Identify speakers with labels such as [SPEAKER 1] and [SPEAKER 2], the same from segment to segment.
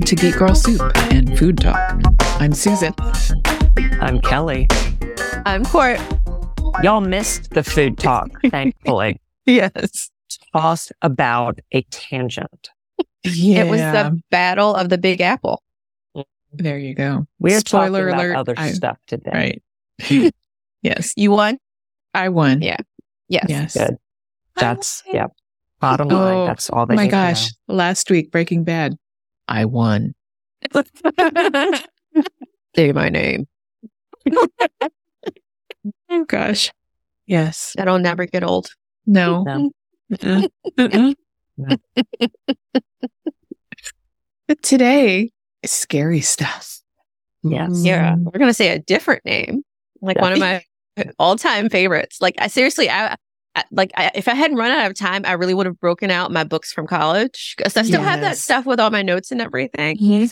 [SPEAKER 1] to Geek Girl Soup and Food Talk. I'm Susan.
[SPEAKER 2] I'm Kelly.
[SPEAKER 3] I'm Court.
[SPEAKER 2] Y'all missed the food talk, thankfully.
[SPEAKER 1] Yes.
[SPEAKER 2] Tossed about a tangent.
[SPEAKER 1] Yeah.
[SPEAKER 3] It was the battle of the Big Apple.
[SPEAKER 1] there you go.
[SPEAKER 2] We are
[SPEAKER 1] Spoiler
[SPEAKER 2] talking about
[SPEAKER 1] alert,
[SPEAKER 2] other
[SPEAKER 1] I-
[SPEAKER 2] stuff today.
[SPEAKER 1] Right. yes.
[SPEAKER 3] You won?
[SPEAKER 1] I won.
[SPEAKER 3] Yeah. Yes.
[SPEAKER 1] Yes.
[SPEAKER 2] Good. That's yeah. Bottom line,
[SPEAKER 1] Oh,
[SPEAKER 2] that's all
[SPEAKER 1] Oh
[SPEAKER 2] they
[SPEAKER 1] my
[SPEAKER 2] need to
[SPEAKER 1] gosh. Last week, Breaking Bad. I won.
[SPEAKER 3] Say my name.
[SPEAKER 1] Oh gosh. Yes.
[SPEAKER 3] That'll never get old.
[SPEAKER 1] No.
[SPEAKER 2] No.
[SPEAKER 1] Mm-mm. Mm-mm. but today, it's scary stuff. Mm-hmm.
[SPEAKER 2] Yes.
[SPEAKER 3] Yeah. We're going to say a different name. Like one of my all time favorites. Like, I seriously, I. I- Like I, if I hadn't run out of time, I really would have broken out my books from college 'Cause I still have that
[SPEAKER 1] Yes.
[SPEAKER 3] stuff with all my notes and everything.
[SPEAKER 2] Yeah.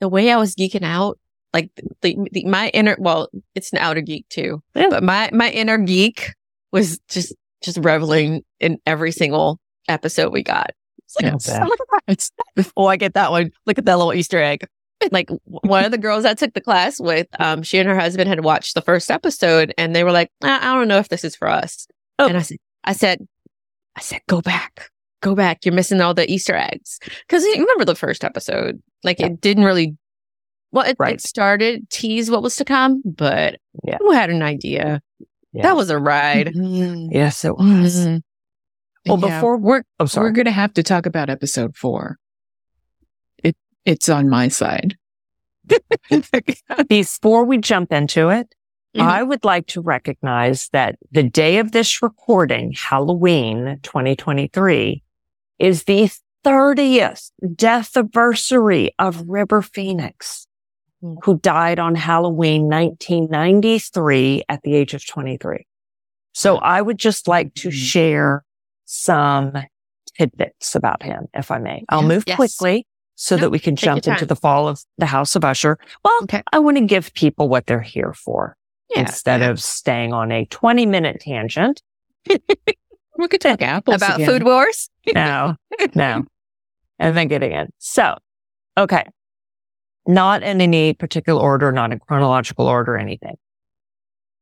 [SPEAKER 3] The way I was geeking out, like the, the, my inner well, it's an outer geek too,
[SPEAKER 2] Yeah.
[SPEAKER 3] but my my inner geek was just just reveling in every single episode we got. It's like,
[SPEAKER 1] Yes.
[SPEAKER 3] oh, look at that. It's, oh, I get that one. Look at that little Easter egg. Like w- one of the girls I took the class with, um, she and her husband had watched the first episode, and they were like, "Ah, "I don't know if this is for us."
[SPEAKER 2] Oh.
[SPEAKER 3] And I said, "I said, I said, go back, go back. You're missing all the Easter eggs because remember the first episode? Like it didn't really. Well, it,
[SPEAKER 2] Right.
[SPEAKER 3] it started tease what was to come, but
[SPEAKER 2] Yeah.
[SPEAKER 3] who had an idea?
[SPEAKER 2] Yeah. Mm-hmm.
[SPEAKER 3] That was a ride.
[SPEAKER 1] Mhm.
[SPEAKER 2] Yes, it was. Mm-hmm. Well,
[SPEAKER 1] Yeah.
[SPEAKER 2] before
[SPEAKER 3] We're
[SPEAKER 2] I'm sorry.
[SPEAKER 1] We're going to have to talk about episode four. It it's on my side.
[SPEAKER 2] before we jump into it,
[SPEAKER 3] Mhm.
[SPEAKER 2] I would like to recognize that the day of this recording, Halloween 2023, is the 30th death anniversary of River Phoenix,
[SPEAKER 3] Mm.
[SPEAKER 2] who died on Halloween 1993 at the age of 23. So I would just like to
[SPEAKER 1] Mhm.
[SPEAKER 2] share some tidbits about him, if I may. I'll
[SPEAKER 1] Yes.
[SPEAKER 2] move
[SPEAKER 3] Yes.
[SPEAKER 2] quickly so
[SPEAKER 3] No,
[SPEAKER 2] that we can
[SPEAKER 3] take your
[SPEAKER 2] jump into
[SPEAKER 3] time.
[SPEAKER 2] the fall of the House of Usher. Well,
[SPEAKER 3] Okay.
[SPEAKER 2] I want to give people what they're here for
[SPEAKER 3] yeah.
[SPEAKER 2] instead of staying on a 20 minute tangent.
[SPEAKER 1] We could talk apples
[SPEAKER 3] about
[SPEAKER 1] again.
[SPEAKER 3] food wars.
[SPEAKER 2] No, no. And then get in. So, okay. Not in any particular order, not in chronological order, anything.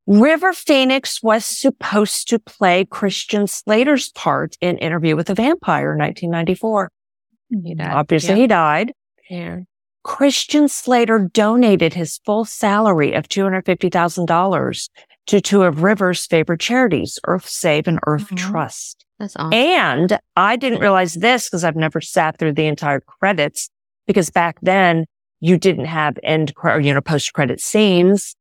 [SPEAKER 2] River Phoenix was supposed to play Christian Slater's part in Interview with the Vampire in 1994.
[SPEAKER 3] You know,
[SPEAKER 2] Obviously, he died.
[SPEAKER 3] yeah.
[SPEAKER 2] Christian Slater donated his full salary of $250,000 to two of River's favorite charities, Earth Save and Earth
[SPEAKER 3] Mhm.
[SPEAKER 2] Trust.
[SPEAKER 3] that's awesome.
[SPEAKER 2] And I didn't realize this because I've never sat through the entire credits because back then you didn't have end cre- or, you know, post credit scenes.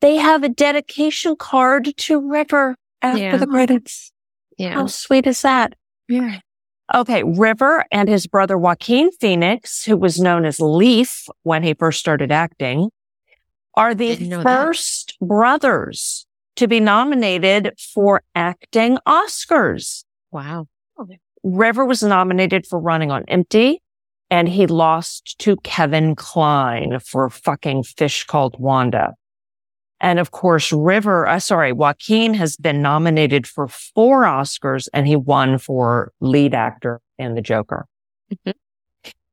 [SPEAKER 2] They have a dedication card to River after
[SPEAKER 3] Yeah.
[SPEAKER 2] the credits.
[SPEAKER 3] yeah,
[SPEAKER 2] How sweet is that?
[SPEAKER 1] Yeah.
[SPEAKER 2] Okay, River and his brother Joaquin Phoenix, who was known as Leaf when he first started acting, are the
[SPEAKER 3] Didn't know that.
[SPEAKER 2] first brothers to be nominated for acting Oscars.
[SPEAKER 3] wow.
[SPEAKER 2] River was nominated for Running on Empty, and he lost to Kevin Klein for fucking Fish Called Wanda. And of course, River, uh, sorry, Joaquin has been nominated for four Oscars and he won for lead actor in The Joker.
[SPEAKER 3] Mhm.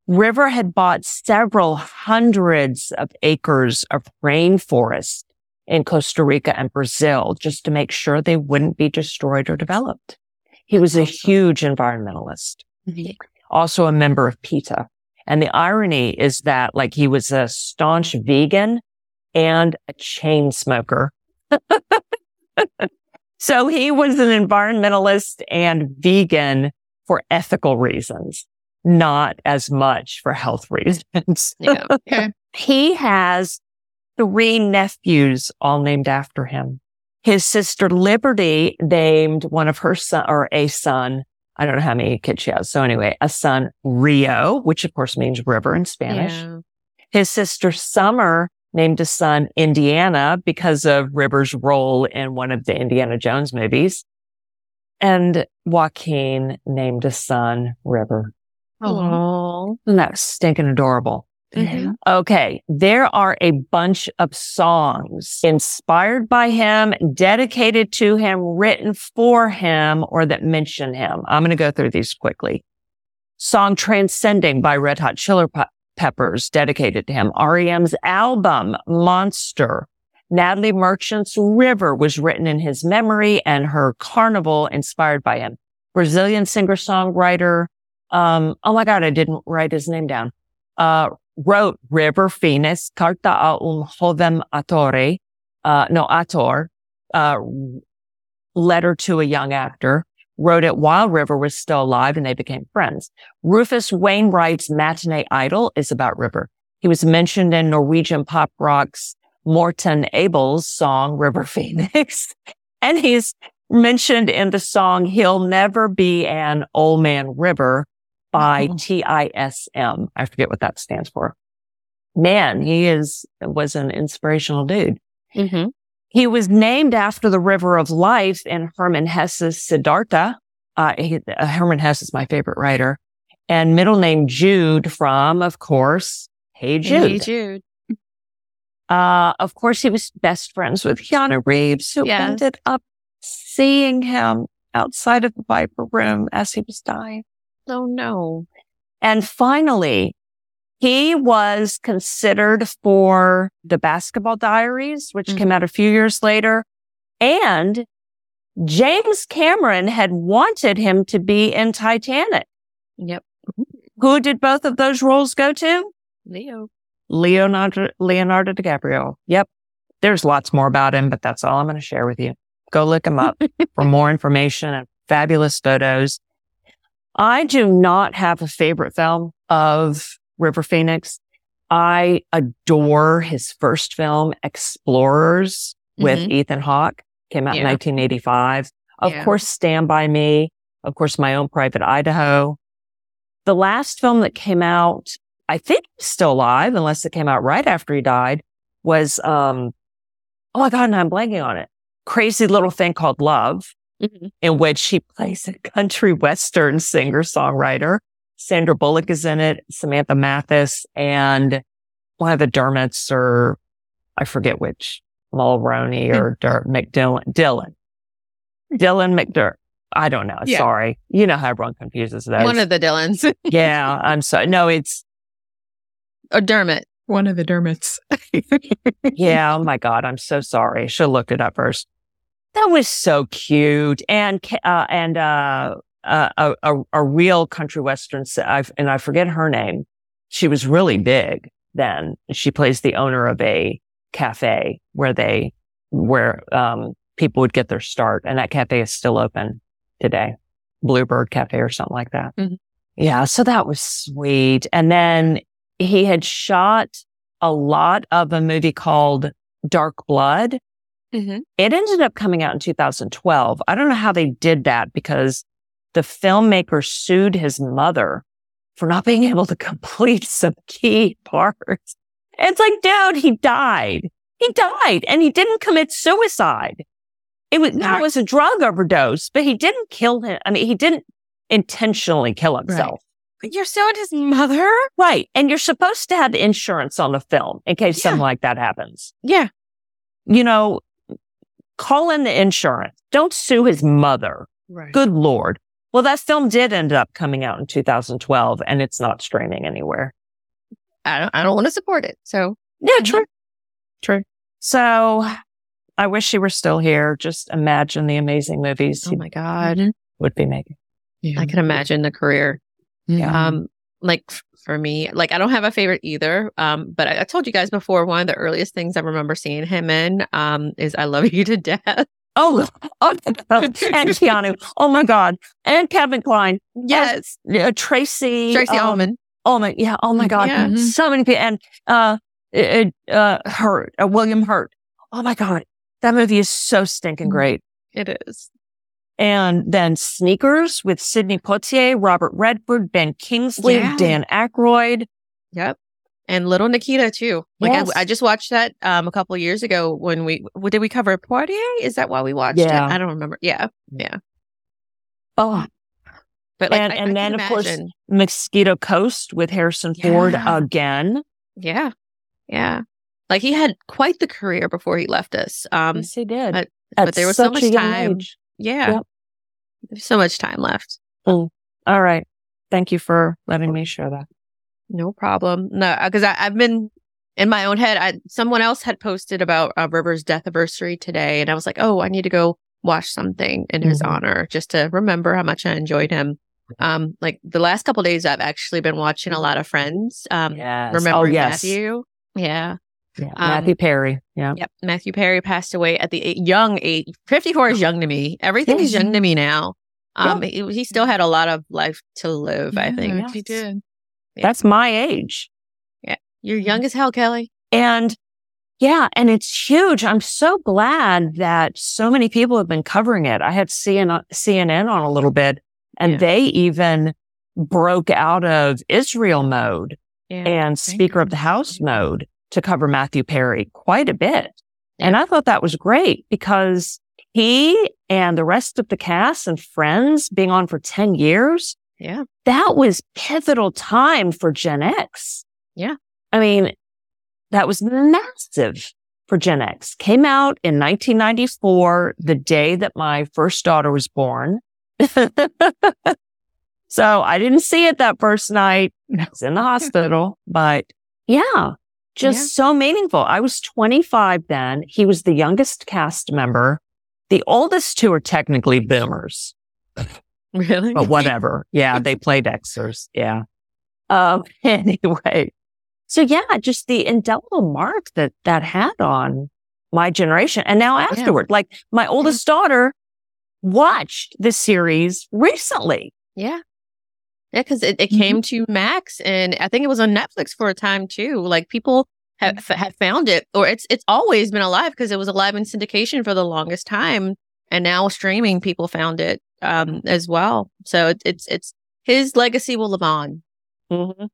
[SPEAKER 2] River had bought several hundreds of acres of rainforest in Costa Rica and Brazil just to make sure they wouldn't be destroyed or developed. He was a huge environmentalist, also a member of PETA. And the irony is that like he was a staunch vegan and a chain smoker. so he was an environmentalist and vegan for ethical reasons, not as much for health reasons.
[SPEAKER 3] Yeah.
[SPEAKER 2] He has three nephews, all named after him. His sister Liberty named one of her son or a son. I don't know how many kids she has. So anyway, a son Rio, which of course means river in Spanish.
[SPEAKER 3] Yeah.
[SPEAKER 2] His sister Summer named a son Indiana because of River's role in one of the Indiana Jones movies. And Joaquin named a son River.
[SPEAKER 3] Aw.
[SPEAKER 2] Isn't that stinking adorable?
[SPEAKER 3] Mhm.
[SPEAKER 2] Okay, there are a bunch of songs inspired by him, dedicated to him, written for him, or that mention him. I'm going to go through these quickly. Song Transcending by Red Hot Chili, Pe- Peppers dedicated to him. REM's album, Monster. Natalie Merchant's River was written in his memory and her Carnival inspired by him. Brazilian singer-songwriter. Um, oh my God, I didn't write his name down. Uh, wrote River Phoenix, Carta a un Joven Atore, uh, no, Ator, uh, letter to a young actor, wrote it while River was still alive and they became friends. Rufus Wainwright's matinee idol is about River. He was mentioned in Norwegian pop rock's Morten Abel's song River Phoenix. and he's mentioned in the song He'll Never Be an Old Man River by
[SPEAKER 1] Mhm.
[SPEAKER 2] TISM. I forget what that stands for. Man, he is, was an inspirational dude.
[SPEAKER 3] Mm-hmm.
[SPEAKER 2] He was named after the river of life in Herman Hesse's Siddhartha. Uh, he, uh, Herman Hesse is my favorite writer and middle name Jude from, of course, Hey Jude.
[SPEAKER 3] Jude.
[SPEAKER 2] Uh, of course, he was best friends with Keanu Reeves, who
[SPEAKER 3] Yes.
[SPEAKER 2] ended up seeing him outside of the Viper room as he was dying.
[SPEAKER 3] Oh no.
[SPEAKER 2] And finally, he was considered for the basketball diaries, which
[SPEAKER 3] Mhm.
[SPEAKER 2] came out a few years later. And James Cameron had wanted him to be in Titanic.
[SPEAKER 3] Yep.
[SPEAKER 2] Who did both of those roles go to?
[SPEAKER 3] Leo.
[SPEAKER 2] Leonardo, Leonardo DiCaprio. Yep. There's lots more about him, but that's all I'm going to share with you. Go look him up for more information and fabulous photos. I do not have a favorite film of River Phoenix. I adore his first film, Explorers, with
[SPEAKER 3] Mhm.
[SPEAKER 2] Ethan Hawke. Came out in
[SPEAKER 3] Yeah.
[SPEAKER 2] 1985. Of
[SPEAKER 3] Yeah.
[SPEAKER 2] course, Stand By Me. Of course, My Own Private Idaho. The last film that came out, I think he's still alive, unless it came out right after he died, was, um, oh my God, now I'm blanking on it. Crazy Little Thing Called Love,
[SPEAKER 3] Mhm.
[SPEAKER 2] in which he plays a country western singer songwriter. Sandra Bullock is in it, Samantha Mathis, and one of the Dermots or I forget which, Mulroney or
[SPEAKER 3] Hmm.
[SPEAKER 2] Dur- McDillon, Dylan, Dylan McDur. I don't know.
[SPEAKER 3] Yeah.
[SPEAKER 2] Sorry. You know how everyone confuses those.
[SPEAKER 3] One of the Dylans.
[SPEAKER 2] yeah, I'm sorry. No, it's,
[SPEAKER 3] or Dermot.
[SPEAKER 1] One of the Dermots.
[SPEAKER 2] yeah, oh my God. I'm so sorry. I should have looked it up first. That was so cute. And, ca- uh, and, uh, uh, a, a, a real country western, s- I've- and I forget her name. She was really big then. She plays the owner of a cafe where they, where, um, people would get their start. And that cafe is still open today. Bluebird Cafe or something like that.
[SPEAKER 3] Mhm.
[SPEAKER 2] Yeah. So that was sweet. And then he had shot a lot of a movie called Dark Blood.
[SPEAKER 3] Mm-hmm.
[SPEAKER 2] It ended up coming out in 2012. I don't know how they did that because the filmmaker sued his mother for not being able to complete some key parts. It's like, dude, he died. He died and he didn't commit suicide. It was, that
[SPEAKER 1] Right.
[SPEAKER 2] was a drug overdose, but he didn't kill him. I mean, he didn't intentionally kill himself.
[SPEAKER 3] You're so his mother.
[SPEAKER 2] Right. And you're supposed to have insurance on the film in case
[SPEAKER 3] Yeah.
[SPEAKER 2] something like that happens
[SPEAKER 3] Yeah.
[SPEAKER 2] you know, call in the insurance. Don't sue his mother.
[SPEAKER 3] Right.
[SPEAKER 2] Good Lord. Well, that film did end up coming out in 2012 and it's not streaming anywhere.
[SPEAKER 3] I don't. I don't want to support it. So
[SPEAKER 2] Yeah,
[SPEAKER 3] Mm-hmm. true.
[SPEAKER 1] True.
[SPEAKER 2] So I wish he were still here. Just imagine the amazing movies
[SPEAKER 3] oh
[SPEAKER 2] he
[SPEAKER 3] my god,
[SPEAKER 2] would be making.
[SPEAKER 1] Yeah.
[SPEAKER 3] I can imagine the career.
[SPEAKER 1] Yeah.
[SPEAKER 3] Um, like f- for me, like I don't have a favorite either. Um, but I, I told you guys before one of the earliest things I remember seeing him in um is I Love You to Death.
[SPEAKER 2] Oh, oh and Keanu. Oh my God. And Kevin Klein.
[SPEAKER 3] Yes,
[SPEAKER 2] Yeah, Tracy.
[SPEAKER 3] Tracy
[SPEAKER 2] um,
[SPEAKER 3] Ullman.
[SPEAKER 2] Oh my, yeah. Oh my God.
[SPEAKER 3] Yeah. mm-hmm.
[SPEAKER 1] Mhm.
[SPEAKER 2] So many people. And, uh, it, it, uh, Hurt, uh, William Hurt. Oh my God. That movie is so stinking
[SPEAKER 1] Mhm.
[SPEAKER 3] Mm-hmm.
[SPEAKER 2] great.
[SPEAKER 3] It is.
[SPEAKER 2] And then Sneakers with Sidney Poitier, Robert Redford, Ben Kingsley,
[SPEAKER 3] Yeah.
[SPEAKER 2] Dan Aykroyd.
[SPEAKER 3] Yep. And little Nikita too. Like
[SPEAKER 2] Yes.
[SPEAKER 3] I, I just watched that um a couple of years ago when we w- did we cover Poitier? Is that why we watched
[SPEAKER 2] Yeah.
[SPEAKER 3] it? I don't remember. Yeah,
[SPEAKER 2] Oh,
[SPEAKER 3] but like,
[SPEAKER 2] And-
[SPEAKER 3] I-
[SPEAKER 2] and
[SPEAKER 3] I
[SPEAKER 2] then,
[SPEAKER 3] can
[SPEAKER 2] of course-
[SPEAKER 3] imagine.
[SPEAKER 2] Mosquito Coast with Harrison Ford
[SPEAKER 3] Mm-hmm. Yeah.
[SPEAKER 2] again.
[SPEAKER 3] yeah, yeah. Like he had quite the career before he left us. Um,
[SPEAKER 2] yes, he did.
[SPEAKER 3] but-
[SPEAKER 2] At
[SPEAKER 3] but there was so
[SPEAKER 2] such
[SPEAKER 3] much
[SPEAKER 2] a young
[SPEAKER 3] time.
[SPEAKER 2] age.
[SPEAKER 3] yeah,
[SPEAKER 2] Yep.
[SPEAKER 3] there's so much time left.
[SPEAKER 2] All right. Thank you for letting me share that.
[SPEAKER 3] No problem. No, because I've been in my own head. I someone else had posted about uh, River's death anniversary today, and I was like, oh, I need to go watch something in his
[SPEAKER 2] Mhm.
[SPEAKER 3] honor just to remember how much I enjoyed him. Um, like the last couple days, I've actually been watching a lot of Friends. Um,
[SPEAKER 2] Yes. oh,
[SPEAKER 3] remembering
[SPEAKER 2] yes.
[SPEAKER 3] Matthew. Um, Yeah.
[SPEAKER 2] Yeah, Matthew Perry. Yeah.
[SPEAKER 3] Yep. Matthew Perry passed away at the eight, young age. 54 is young to me. Everything is
[SPEAKER 2] Yes.
[SPEAKER 3] young to me now. Um, he, he still had a lot of life to live, I think.
[SPEAKER 2] yeah.
[SPEAKER 1] He did.
[SPEAKER 2] That's my age.
[SPEAKER 3] You're young as hell, Kelly.
[SPEAKER 2] And yeah, and it's huge. I'm so glad that so many people have been covering it. I had CNN, CNN on a little bit and
[SPEAKER 3] Yeah.
[SPEAKER 2] they even broke out of Israel mode
[SPEAKER 3] Yeah.
[SPEAKER 2] and Speaker of the
[SPEAKER 1] goodness.
[SPEAKER 2] House mode to cover Matthew Perry quite a bit. And I thought that was great because he and the rest of the cast and friends being on for 10 years.
[SPEAKER 3] Yeah.
[SPEAKER 2] That was pivotal time for Gen X.
[SPEAKER 3] Yeah.
[SPEAKER 2] I mean, that was massive for Gen X. Came out in 1994, the day that my first daughter was born. so I didn't see it that first night. I was in the hospital, but yeah, just
[SPEAKER 3] Yeah.
[SPEAKER 2] so meaningful. I was 25 then. He was the youngest cast member. The oldest two are technically boomers
[SPEAKER 3] Really?
[SPEAKER 2] but whatever. Yeah, they played Xers. Yeah. Um. Anyway, so yeah, just the indelible mark that that had on my generation, and now afterward, like my oldest daughter watched the series recently.
[SPEAKER 3] Yeah. Yeah, because it, it came to Max, and I think it was on Netflix for a time too. Like people have f- have found it, or it's it's always been alive because it was alive in syndication for the longest time, and now streaming people found it um as well. So it, it's it's his legacy will live on.
[SPEAKER 2] Mm-hmm.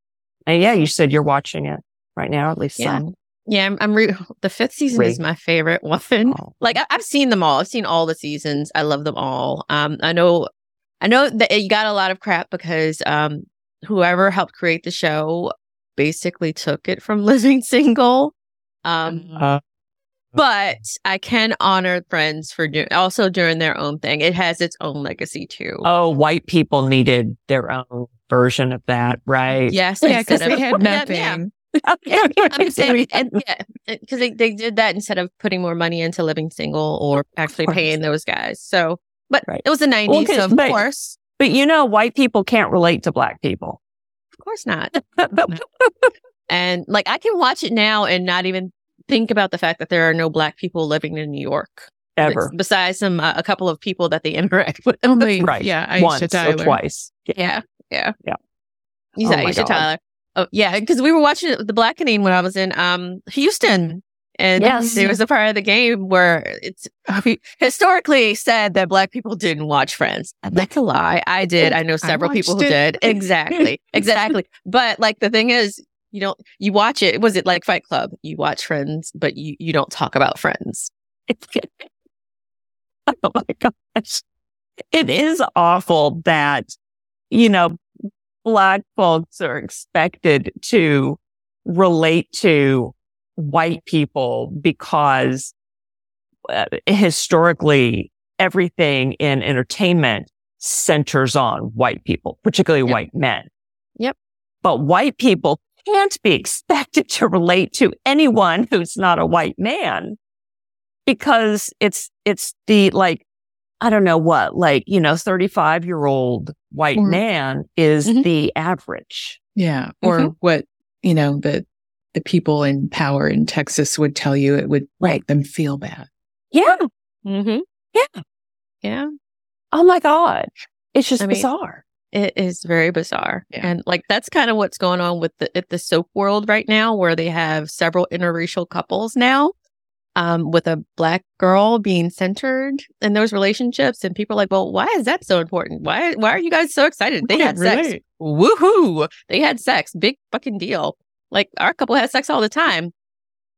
[SPEAKER 2] And yeah, you said you're watching it right now, at least
[SPEAKER 3] Yeah.
[SPEAKER 2] some.
[SPEAKER 3] Yeah, I'm, I'm re- the fifth season is
[SPEAKER 2] Great.
[SPEAKER 3] my favorite one.
[SPEAKER 2] Oh.
[SPEAKER 3] Like I- I've seen them all. I've seen all the seasons. I love them all. Um, I know, I know that it got a lot of crap because um, whoever helped create the show basically took it from Living Single. Um,
[SPEAKER 2] Uh,
[SPEAKER 3] but I can honor Friends for do- also doing their own thing. It has its own legacy too.
[SPEAKER 2] oh, white people needed their own version of that, right?
[SPEAKER 3] Yes,
[SPEAKER 1] Yeah,
[SPEAKER 3] instead
[SPEAKER 1] because they
[SPEAKER 3] of-
[SPEAKER 1] had
[SPEAKER 3] Yeah,
[SPEAKER 1] nothing.
[SPEAKER 3] yeah. I'm just saying, and, yeah, because they, they did that instead of putting more money into living single or actually
[SPEAKER 2] course.
[SPEAKER 3] paying those guys. So, but
[SPEAKER 2] Right.
[SPEAKER 3] it was the 90s,
[SPEAKER 2] Well, 'cause
[SPEAKER 3] so of
[SPEAKER 2] they-
[SPEAKER 3] course,
[SPEAKER 2] But you know, white people can't relate to black people.
[SPEAKER 3] of course not. And like, I can watch it now and not even think about the fact that there are no black people living in New York
[SPEAKER 2] Ever.
[SPEAKER 3] Bes- besides some uh, a couple of people that they interact with.
[SPEAKER 1] Only
[SPEAKER 2] Right.
[SPEAKER 1] yeah, Aisha
[SPEAKER 2] Once or
[SPEAKER 1] Tyler.
[SPEAKER 2] twice. Yeah.
[SPEAKER 3] Yeah, yeah,
[SPEAKER 2] Yeah.
[SPEAKER 3] You
[SPEAKER 2] Oh
[SPEAKER 3] said
[SPEAKER 2] my
[SPEAKER 3] Aisha
[SPEAKER 2] God.
[SPEAKER 3] Tyler. Oh yeah, because we were watching the Blackening when I was in um Houston, and
[SPEAKER 2] Yes.
[SPEAKER 3] there was a part of the game where it's historically said that black people didn't watch Friends. That's a lie. I did. I know several people who
[SPEAKER 1] watched it.
[SPEAKER 3] did. Exactly, exactly. But like the thing is. You don't. You watch it. Was it like Fight Club? You watch Friends, but you you don't talk about Friends.
[SPEAKER 2] oh my gosh. It is awful that, you know, black folks are expected to relate to white people because uh, historically everything in entertainment centers on white people, particularly
[SPEAKER 3] Yep.
[SPEAKER 2] white men.
[SPEAKER 3] Yep.
[SPEAKER 2] But white people can't be expected to relate to anyone who's not a white man because it's it's the like I don't know what like you know 35 year old white
[SPEAKER 1] Mhm.
[SPEAKER 2] man is
[SPEAKER 3] Mhm.
[SPEAKER 2] the average.
[SPEAKER 1] Yeah, or
[SPEAKER 3] Mhm.
[SPEAKER 1] what you know the the people in power in Texas would tell you it would
[SPEAKER 2] Right.
[SPEAKER 1] make them feel bad.
[SPEAKER 2] Yeah.
[SPEAKER 3] Mm-hmm.
[SPEAKER 2] Yeah.
[SPEAKER 3] Yeah.
[SPEAKER 2] Oh my god. It's just
[SPEAKER 3] I mean-
[SPEAKER 2] bizarre.
[SPEAKER 3] It is very bizarre.
[SPEAKER 1] Yeah.
[SPEAKER 3] And like that's kind of what's going on with the at the soap world right now where they have several interracial couples now um with a black girl being centered in those relationships and people are like, "Well, why is that so important? Why why are you guys so excited? They had
[SPEAKER 1] Can't
[SPEAKER 3] sex.
[SPEAKER 1] relate.
[SPEAKER 3] Woohoo. They had sex. Big fucking deal. Like our couple has sex all the time."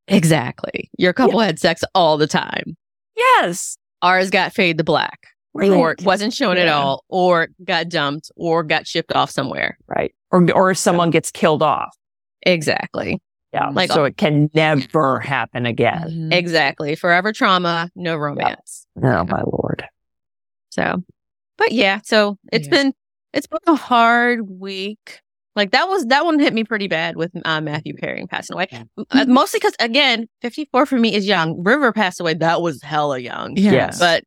[SPEAKER 3] Exactly. Your couple had sex all the time.
[SPEAKER 2] Yes.
[SPEAKER 3] Ours got fade to black or
[SPEAKER 2] Right.
[SPEAKER 3] wasn't shown at
[SPEAKER 1] Yeah.
[SPEAKER 3] all, or got dumped, or got shipped off somewhere.
[SPEAKER 2] Right. Or or if someone gets killed off.
[SPEAKER 3] Exactly.
[SPEAKER 2] Yeah.
[SPEAKER 3] Like-
[SPEAKER 2] so it can never happen again.
[SPEAKER 3] Mm-hmm.
[SPEAKER 1] Mhm.
[SPEAKER 3] Exactly. Forever trauma, no romance.
[SPEAKER 2] Oh my lord.
[SPEAKER 3] So, but yeah, so it's
[SPEAKER 1] Yeah.
[SPEAKER 3] been it's been a hard week. Like that was that one hit me pretty bad with uh, Matthew Perry passing away. Uh, Mostly because again, fifty four for me is young. River passed away. That was hella young.
[SPEAKER 2] Yes.
[SPEAKER 3] But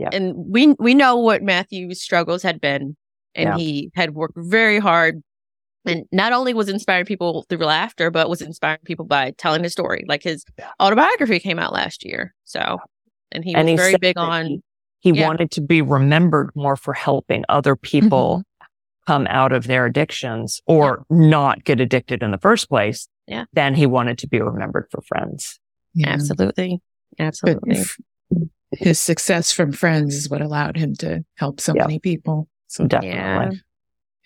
[SPEAKER 2] Yeah.
[SPEAKER 3] and we we know what Matthew's struggles had been, and
[SPEAKER 2] Yeah.
[SPEAKER 3] he had worked very hard, and not only was inspiring people through laughter, but was inspiring people by telling his story. Like his
[SPEAKER 2] Yeah.
[SPEAKER 3] autobiography came out last year, so and he was
[SPEAKER 2] and he
[SPEAKER 3] very
[SPEAKER 2] said
[SPEAKER 3] big
[SPEAKER 2] that
[SPEAKER 3] on
[SPEAKER 2] he, he
[SPEAKER 3] Yeah. Mm-hmm.
[SPEAKER 2] wanted to be remembered more for helping other people come out of their addictions or not get addicted in the first place
[SPEAKER 3] Yeah.
[SPEAKER 2] than he wanted to be remembered for friends.
[SPEAKER 1] Yeah.
[SPEAKER 3] absolutely,
[SPEAKER 1] But
[SPEAKER 3] absolutely.
[SPEAKER 1] if his success from friends is what allowed him to help so
[SPEAKER 2] Yeah.
[SPEAKER 1] many people. So
[SPEAKER 2] Definitely.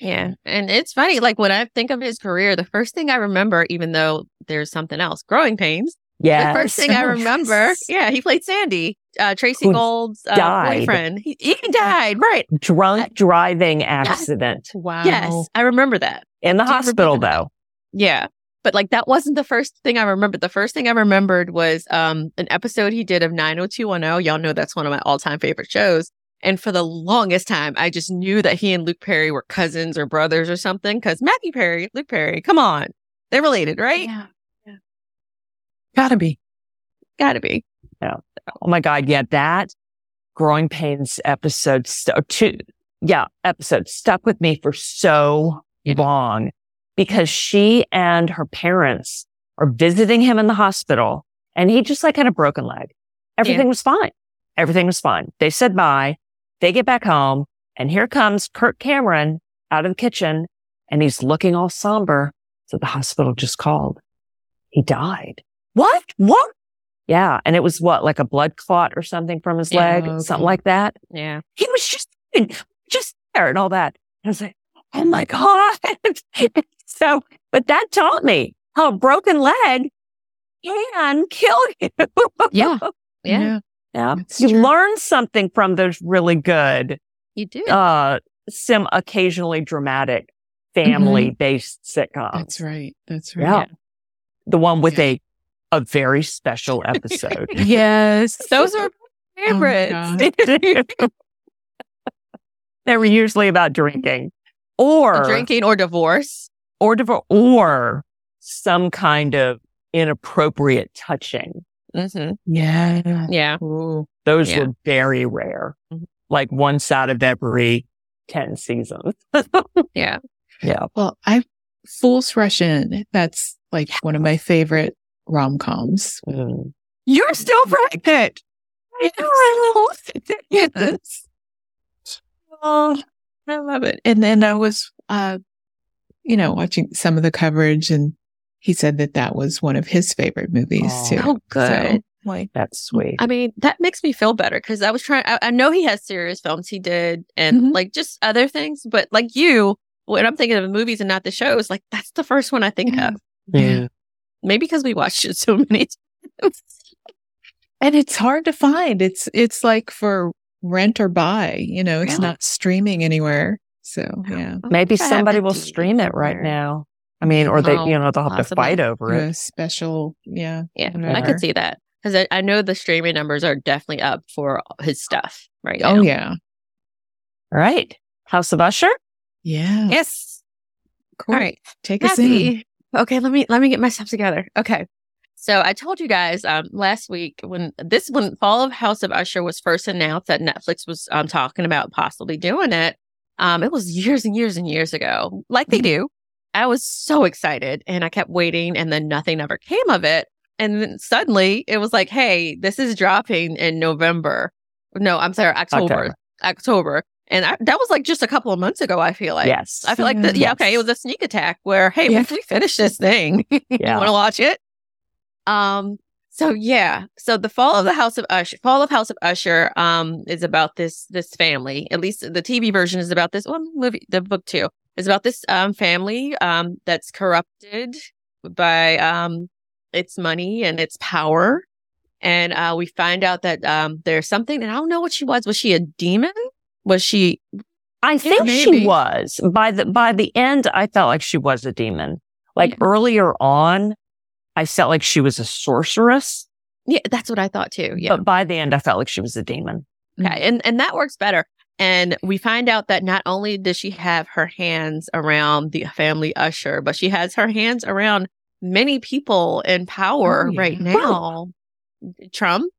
[SPEAKER 3] Yeah. Yeah. And it's funny, like when I think of his career, the first thing I remember, even though there's something else, Growing Pains.
[SPEAKER 2] Yes.
[SPEAKER 3] The first thing I remember, yeah, he played Sandy, uh, Tracy
[SPEAKER 2] Who
[SPEAKER 3] Gold's uh,
[SPEAKER 2] died.
[SPEAKER 3] boyfriend. He, he died, right.
[SPEAKER 2] Drunk driving accident
[SPEAKER 1] Wow.
[SPEAKER 3] Yes, I remember that.
[SPEAKER 2] in the
[SPEAKER 3] Do you
[SPEAKER 2] hospital
[SPEAKER 3] remember
[SPEAKER 2] though.
[SPEAKER 3] Yeah. But like that wasn't the first thing I remembered. The first thing I remembered was um an episode he did of 90210. Y'all know that's one of my all-time favorite shows. And for the longest time, I just knew that he and Luke Perry were cousins or brothers or something cuz Matthew Perry, Luke Perry, come on. They're related, right?
[SPEAKER 1] Yeah. Gotta be.
[SPEAKER 3] Got to be.
[SPEAKER 2] Oh my God. Yeah. That growing pains episode, st- two, yeah, episode stuck with me for so
[SPEAKER 3] Yeah.
[SPEAKER 2] long because she and her parents are visiting him in the hospital and he just like had a broken leg. Everything was fine. Everything was fine. They said bye. They get back home and here comes Kirk Cameron out of the kitchen and he's looking all somber. So the hospital just called. He died. What? What? Yeah. And it was what, like a blood clot or something from his
[SPEAKER 3] Yeah,
[SPEAKER 2] leg,
[SPEAKER 1] okay.
[SPEAKER 2] something like that.
[SPEAKER 3] Yeah.
[SPEAKER 2] He was just, just there and all that. And I was like, oh my God. so, but that taught me how a broken leg can kill you.
[SPEAKER 3] Yeah. Yeah.
[SPEAKER 2] Yeah.
[SPEAKER 1] That's
[SPEAKER 2] You
[SPEAKER 1] true.
[SPEAKER 2] learn something from those really good,
[SPEAKER 3] You do.
[SPEAKER 2] uh, some occasionally dramatic family based sitcoms.
[SPEAKER 1] Mm-hmm. That's right. That's
[SPEAKER 2] Yeah.
[SPEAKER 1] right.
[SPEAKER 2] The one with
[SPEAKER 1] Yeah.
[SPEAKER 2] a, a very special episode.
[SPEAKER 1] Yes.
[SPEAKER 3] Those are my
[SPEAKER 1] Oh my
[SPEAKER 3] favorites.
[SPEAKER 1] God.
[SPEAKER 2] they were usually about drinking or
[SPEAKER 3] Drinking or divorce.
[SPEAKER 2] or divorce or some kind of inappropriate touching.
[SPEAKER 3] Mm-hmm.
[SPEAKER 1] Yeah.
[SPEAKER 3] Yeah.
[SPEAKER 1] Ooh.
[SPEAKER 2] Those
[SPEAKER 3] Yeah.
[SPEAKER 2] were very rare,
[SPEAKER 3] Mhm.
[SPEAKER 2] like one side of every 10 seasons.
[SPEAKER 3] Yeah.
[SPEAKER 2] Yeah.
[SPEAKER 1] Well, I Fools Rush In. That's like one of my favorite rom coms.
[SPEAKER 2] Mm.
[SPEAKER 1] You're still pregnant. Yes. Oh, I love it. And then I was, uh, you know, watching some of the coverage, and he said that that was one of his favorite movies
[SPEAKER 2] Oh.
[SPEAKER 1] too.
[SPEAKER 3] Oh, good.
[SPEAKER 1] So, like,
[SPEAKER 2] That's sweet.
[SPEAKER 3] I mean, that makes me feel better because I was trying. I, I know he has serious films he did and
[SPEAKER 1] Mhm.
[SPEAKER 3] like just other things, but like you, when I'm thinking of the movies and not the shows, like that's the first one I think
[SPEAKER 1] Yeah.
[SPEAKER 3] of. Maybe because we watched it so many times.
[SPEAKER 1] and it's hard to find. It's it's like for rent or buy. You know, it's
[SPEAKER 2] Really?
[SPEAKER 1] not streaming anywhere. So yeah,
[SPEAKER 2] Maybe
[SPEAKER 3] I
[SPEAKER 2] somebody
[SPEAKER 3] haven't
[SPEAKER 2] will
[SPEAKER 3] seen
[SPEAKER 2] stream it right
[SPEAKER 3] somewhere.
[SPEAKER 2] now. I mean, or they,
[SPEAKER 3] Oh,
[SPEAKER 2] you know, they'll have
[SPEAKER 3] possibly.
[SPEAKER 2] to fight over it.
[SPEAKER 1] a special. Yeah,
[SPEAKER 3] Yeah, I
[SPEAKER 1] Whatever.
[SPEAKER 3] could see that because I, I know the streaming numbers are definitely up for his stuff right now.
[SPEAKER 1] Oh yeah,
[SPEAKER 3] Mm-hmm.
[SPEAKER 2] All right. House of Usher.
[SPEAKER 1] yeah.
[SPEAKER 3] Yes.
[SPEAKER 1] Cool.
[SPEAKER 3] All right.
[SPEAKER 1] take us in.
[SPEAKER 3] Kathy. Okay, let me let me get myself together. Okay. So I told you guys um, last week when this when Fall of House of Usher was first announced that Netflix was um, talking about possibly doing it. Um, it was years and years and years ago, like they do. I was so excited and I kept waiting, and then nothing ever came of it. And then suddenly it was like, hey, this is dropping in November. No, I'm sorry, October.
[SPEAKER 2] October.
[SPEAKER 3] October. And I, that was like just a couple of months ago, I feel like.
[SPEAKER 2] yes.
[SPEAKER 3] I feel like the,
[SPEAKER 1] Mm.
[SPEAKER 3] yeah, okay, it was a sneak attack where hey,
[SPEAKER 1] Yeah.
[SPEAKER 3] if we finish this thing, you
[SPEAKER 2] Yeah.
[SPEAKER 3] want to watch it? Um. So yeah, so the fall of the House of Usher, fall of House of Usher, um, is about this this family. At least the TV version is about this one movie, the book too is about this um family um that's corrupted by um its money and its power, and uh, we find out that um there's something, and I don't know what she was. Was she a demon? Was she
[SPEAKER 2] I think she
[SPEAKER 1] maybe.
[SPEAKER 2] was. By the by the end, I felt like she was a demon. Like
[SPEAKER 3] Yeah.
[SPEAKER 2] earlier on, I felt like she was a sorceress.
[SPEAKER 3] Yeah, that's what I thought too. Yeah.
[SPEAKER 2] But by the end, I felt like she was a demon.
[SPEAKER 1] Mm.
[SPEAKER 3] Okay. And and that works better. And we find out that not only does she have her hands around the family usher, but she has her hands around many people in power
[SPEAKER 1] Oh, yeah.
[SPEAKER 3] right now. Trump,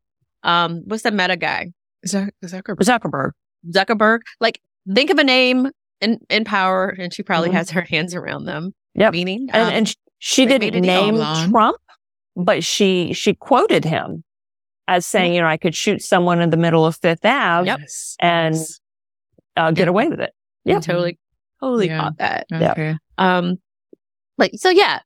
[SPEAKER 3] um, what's that meta guy?
[SPEAKER 1] Zuck- Zuckerberg.
[SPEAKER 2] Zuckerberg.
[SPEAKER 3] Zuckerberg. Like, think of a name in, in power, and she probably
[SPEAKER 2] Mhm.
[SPEAKER 3] has her hands around them.
[SPEAKER 2] Yep.
[SPEAKER 3] Meaning,
[SPEAKER 2] and,
[SPEAKER 3] um,
[SPEAKER 2] and sh- she
[SPEAKER 3] they
[SPEAKER 2] didn't
[SPEAKER 3] made it
[SPEAKER 2] name
[SPEAKER 1] online.
[SPEAKER 2] Trump, but she she quoted him as saying, you know, I could shoot someone in the middle of Fifth Ave,
[SPEAKER 3] Yep.
[SPEAKER 1] Yes.
[SPEAKER 2] And- uh, get away with it. Yeah.
[SPEAKER 3] totally, totally
[SPEAKER 1] Yeah.
[SPEAKER 3] caught that.
[SPEAKER 2] Yeah.
[SPEAKER 1] Okay.
[SPEAKER 3] Um, like so, yeah.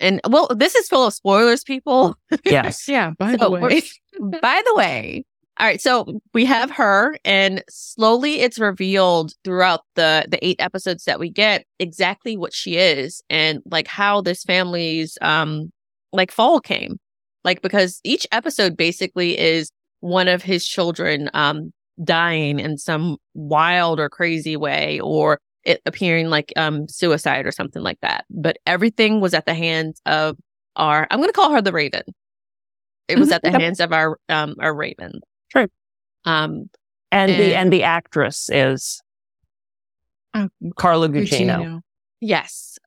[SPEAKER 3] And well, this is full of spoilers, people.
[SPEAKER 2] Yes.
[SPEAKER 1] Yeah. By the
[SPEAKER 3] So,
[SPEAKER 1] way,
[SPEAKER 3] we're- by the way, all right. So we have her, and slowly it's revealed throughout the the eight episodes that we get exactly what she is and like how this family's um like fall came, like because each episode basically is one of his children um dying in some wild or crazy way or it appearing like um suicide or something like that. But everything was at the hands of our I'm gonna call her the Raven. It was
[SPEAKER 2] Mhm.
[SPEAKER 3] at the
[SPEAKER 2] Yep.
[SPEAKER 3] hands of our um our Raven.
[SPEAKER 2] True.
[SPEAKER 3] Um
[SPEAKER 2] And the
[SPEAKER 3] And-
[SPEAKER 2] and the actress is
[SPEAKER 1] Oh,
[SPEAKER 2] Carla Gugino.
[SPEAKER 1] Gugino.
[SPEAKER 3] yes.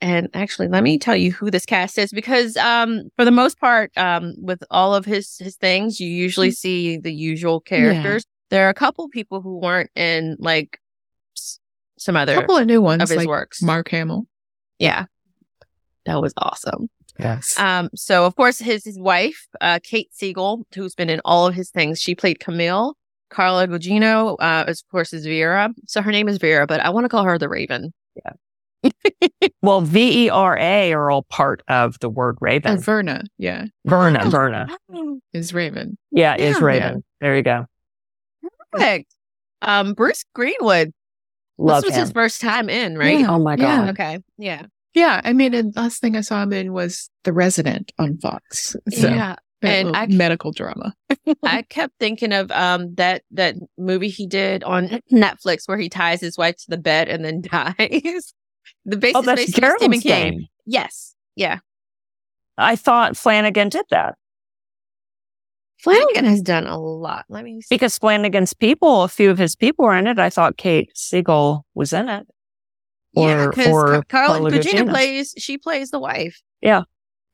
[SPEAKER 3] And actually let me tell you who this cast is because um for the most part, um with all of his his things, you
[SPEAKER 1] Mm-hmm.
[SPEAKER 3] usually see the usual characters. There are a couple people who weren't in like s- some
[SPEAKER 1] A
[SPEAKER 3] other
[SPEAKER 1] couple of new
[SPEAKER 3] of
[SPEAKER 1] ones
[SPEAKER 3] his
[SPEAKER 1] like
[SPEAKER 3] works.
[SPEAKER 1] Mark Hamill.
[SPEAKER 3] Yeah. That was awesome.
[SPEAKER 1] Yes.
[SPEAKER 3] Um, so of course his, his wife, uh, Kate Siegel, who's been in all of his things, she played Camille. Carla Gugino, uh, is, of course, is Vera. So her name is Vera, but I want to call her the Raven.
[SPEAKER 2] Well, V E R A are all part of the word Raven.
[SPEAKER 1] and Verna. Yeah.
[SPEAKER 2] Verna, Verna.
[SPEAKER 1] Ah, Is Raven.
[SPEAKER 2] Yeah, is
[SPEAKER 3] Yeah.
[SPEAKER 2] Raven. There you go.
[SPEAKER 3] Perfect. Um, Bruce Greenwood.
[SPEAKER 2] Love
[SPEAKER 3] this was
[SPEAKER 2] him.
[SPEAKER 3] his first time in, right?
[SPEAKER 1] Yeah.
[SPEAKER 2] oh my
[SPEAKER 1] Yeah.
[SPEAKER 2] god.
[SPEAKER 3] Okay. Yeah.
[SPEAKER 1] Yeah. I mean, and last thing I saw him in was The Resident on Fox. So
[SPEAKER 3] yeah.
[SPEAKER 1] that
[SPEAKER 3] And
[SPEAKER 1] little
[SPEAKER 3] I-
[SPEAKER 1] medical drama.
[SPEAKER 3] I kept thinking of um that that movie he did on Netflix where he ties his wife to the bed and then dies. the basis
[SPEAKER 2] Oh, that's
[SPEAKER 3] basically Stephen
[SPEAKER 2] Gerald's
[SPEAKER 3] King.
[SPEAKER 2] game.
[SPEAKER 3] Yes. Yeah.
[SPEAKER 2] I thought Flanagan did that
[SPEAKER 3] Flanagan has done a lot. Let me see.
[SPEAKER 2] because Flanagan's people, a few of his people were in it. I thought Kate Siegel was in it. Or,
[SPEAKER 3] yeah,
[SPEAKER 2] or
[SPEAKER 3] because Carla Gugino
[SPEAKER 2] Gugino.
[SPEAKER 3] plays she plays the wife.
[SPEAKER 2] Yeah.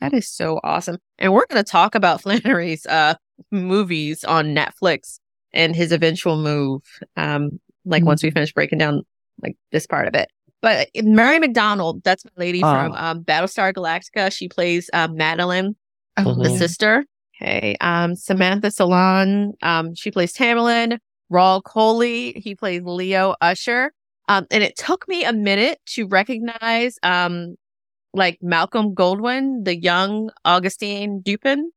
[SPEAKER 3] That is so awesome. And we're gonna talk about Flannery's uh movies on Netflix and his eventual move. Um, like
[SPEAKER 1] Mhm.
[SPEAKER 3] once
[SPEAKER 2] Mm-hmm.
[SPEAKER 3] we finish breaking down like this part of it. But Mary McDonald, that's my lady
[SPEAKER 2] Oh.
[SPEAKER 3] from um, Battlestar Galactica. She plays uh, Madeline,
[SPEAKER 1] Oh,
[SPEAKER 2] Mhm.
[SPEAKER 3] the
[SPEAKER 1] yeah.
[SPEAKER 3] sister. Okay. Um, Samantha Salon, um, she plays Tamerlan. Raul Coley, he plays Leo Usher. Um, and it took me a minute to recognize um, like Malcolm Goldwyn, the young Augustine Dupin.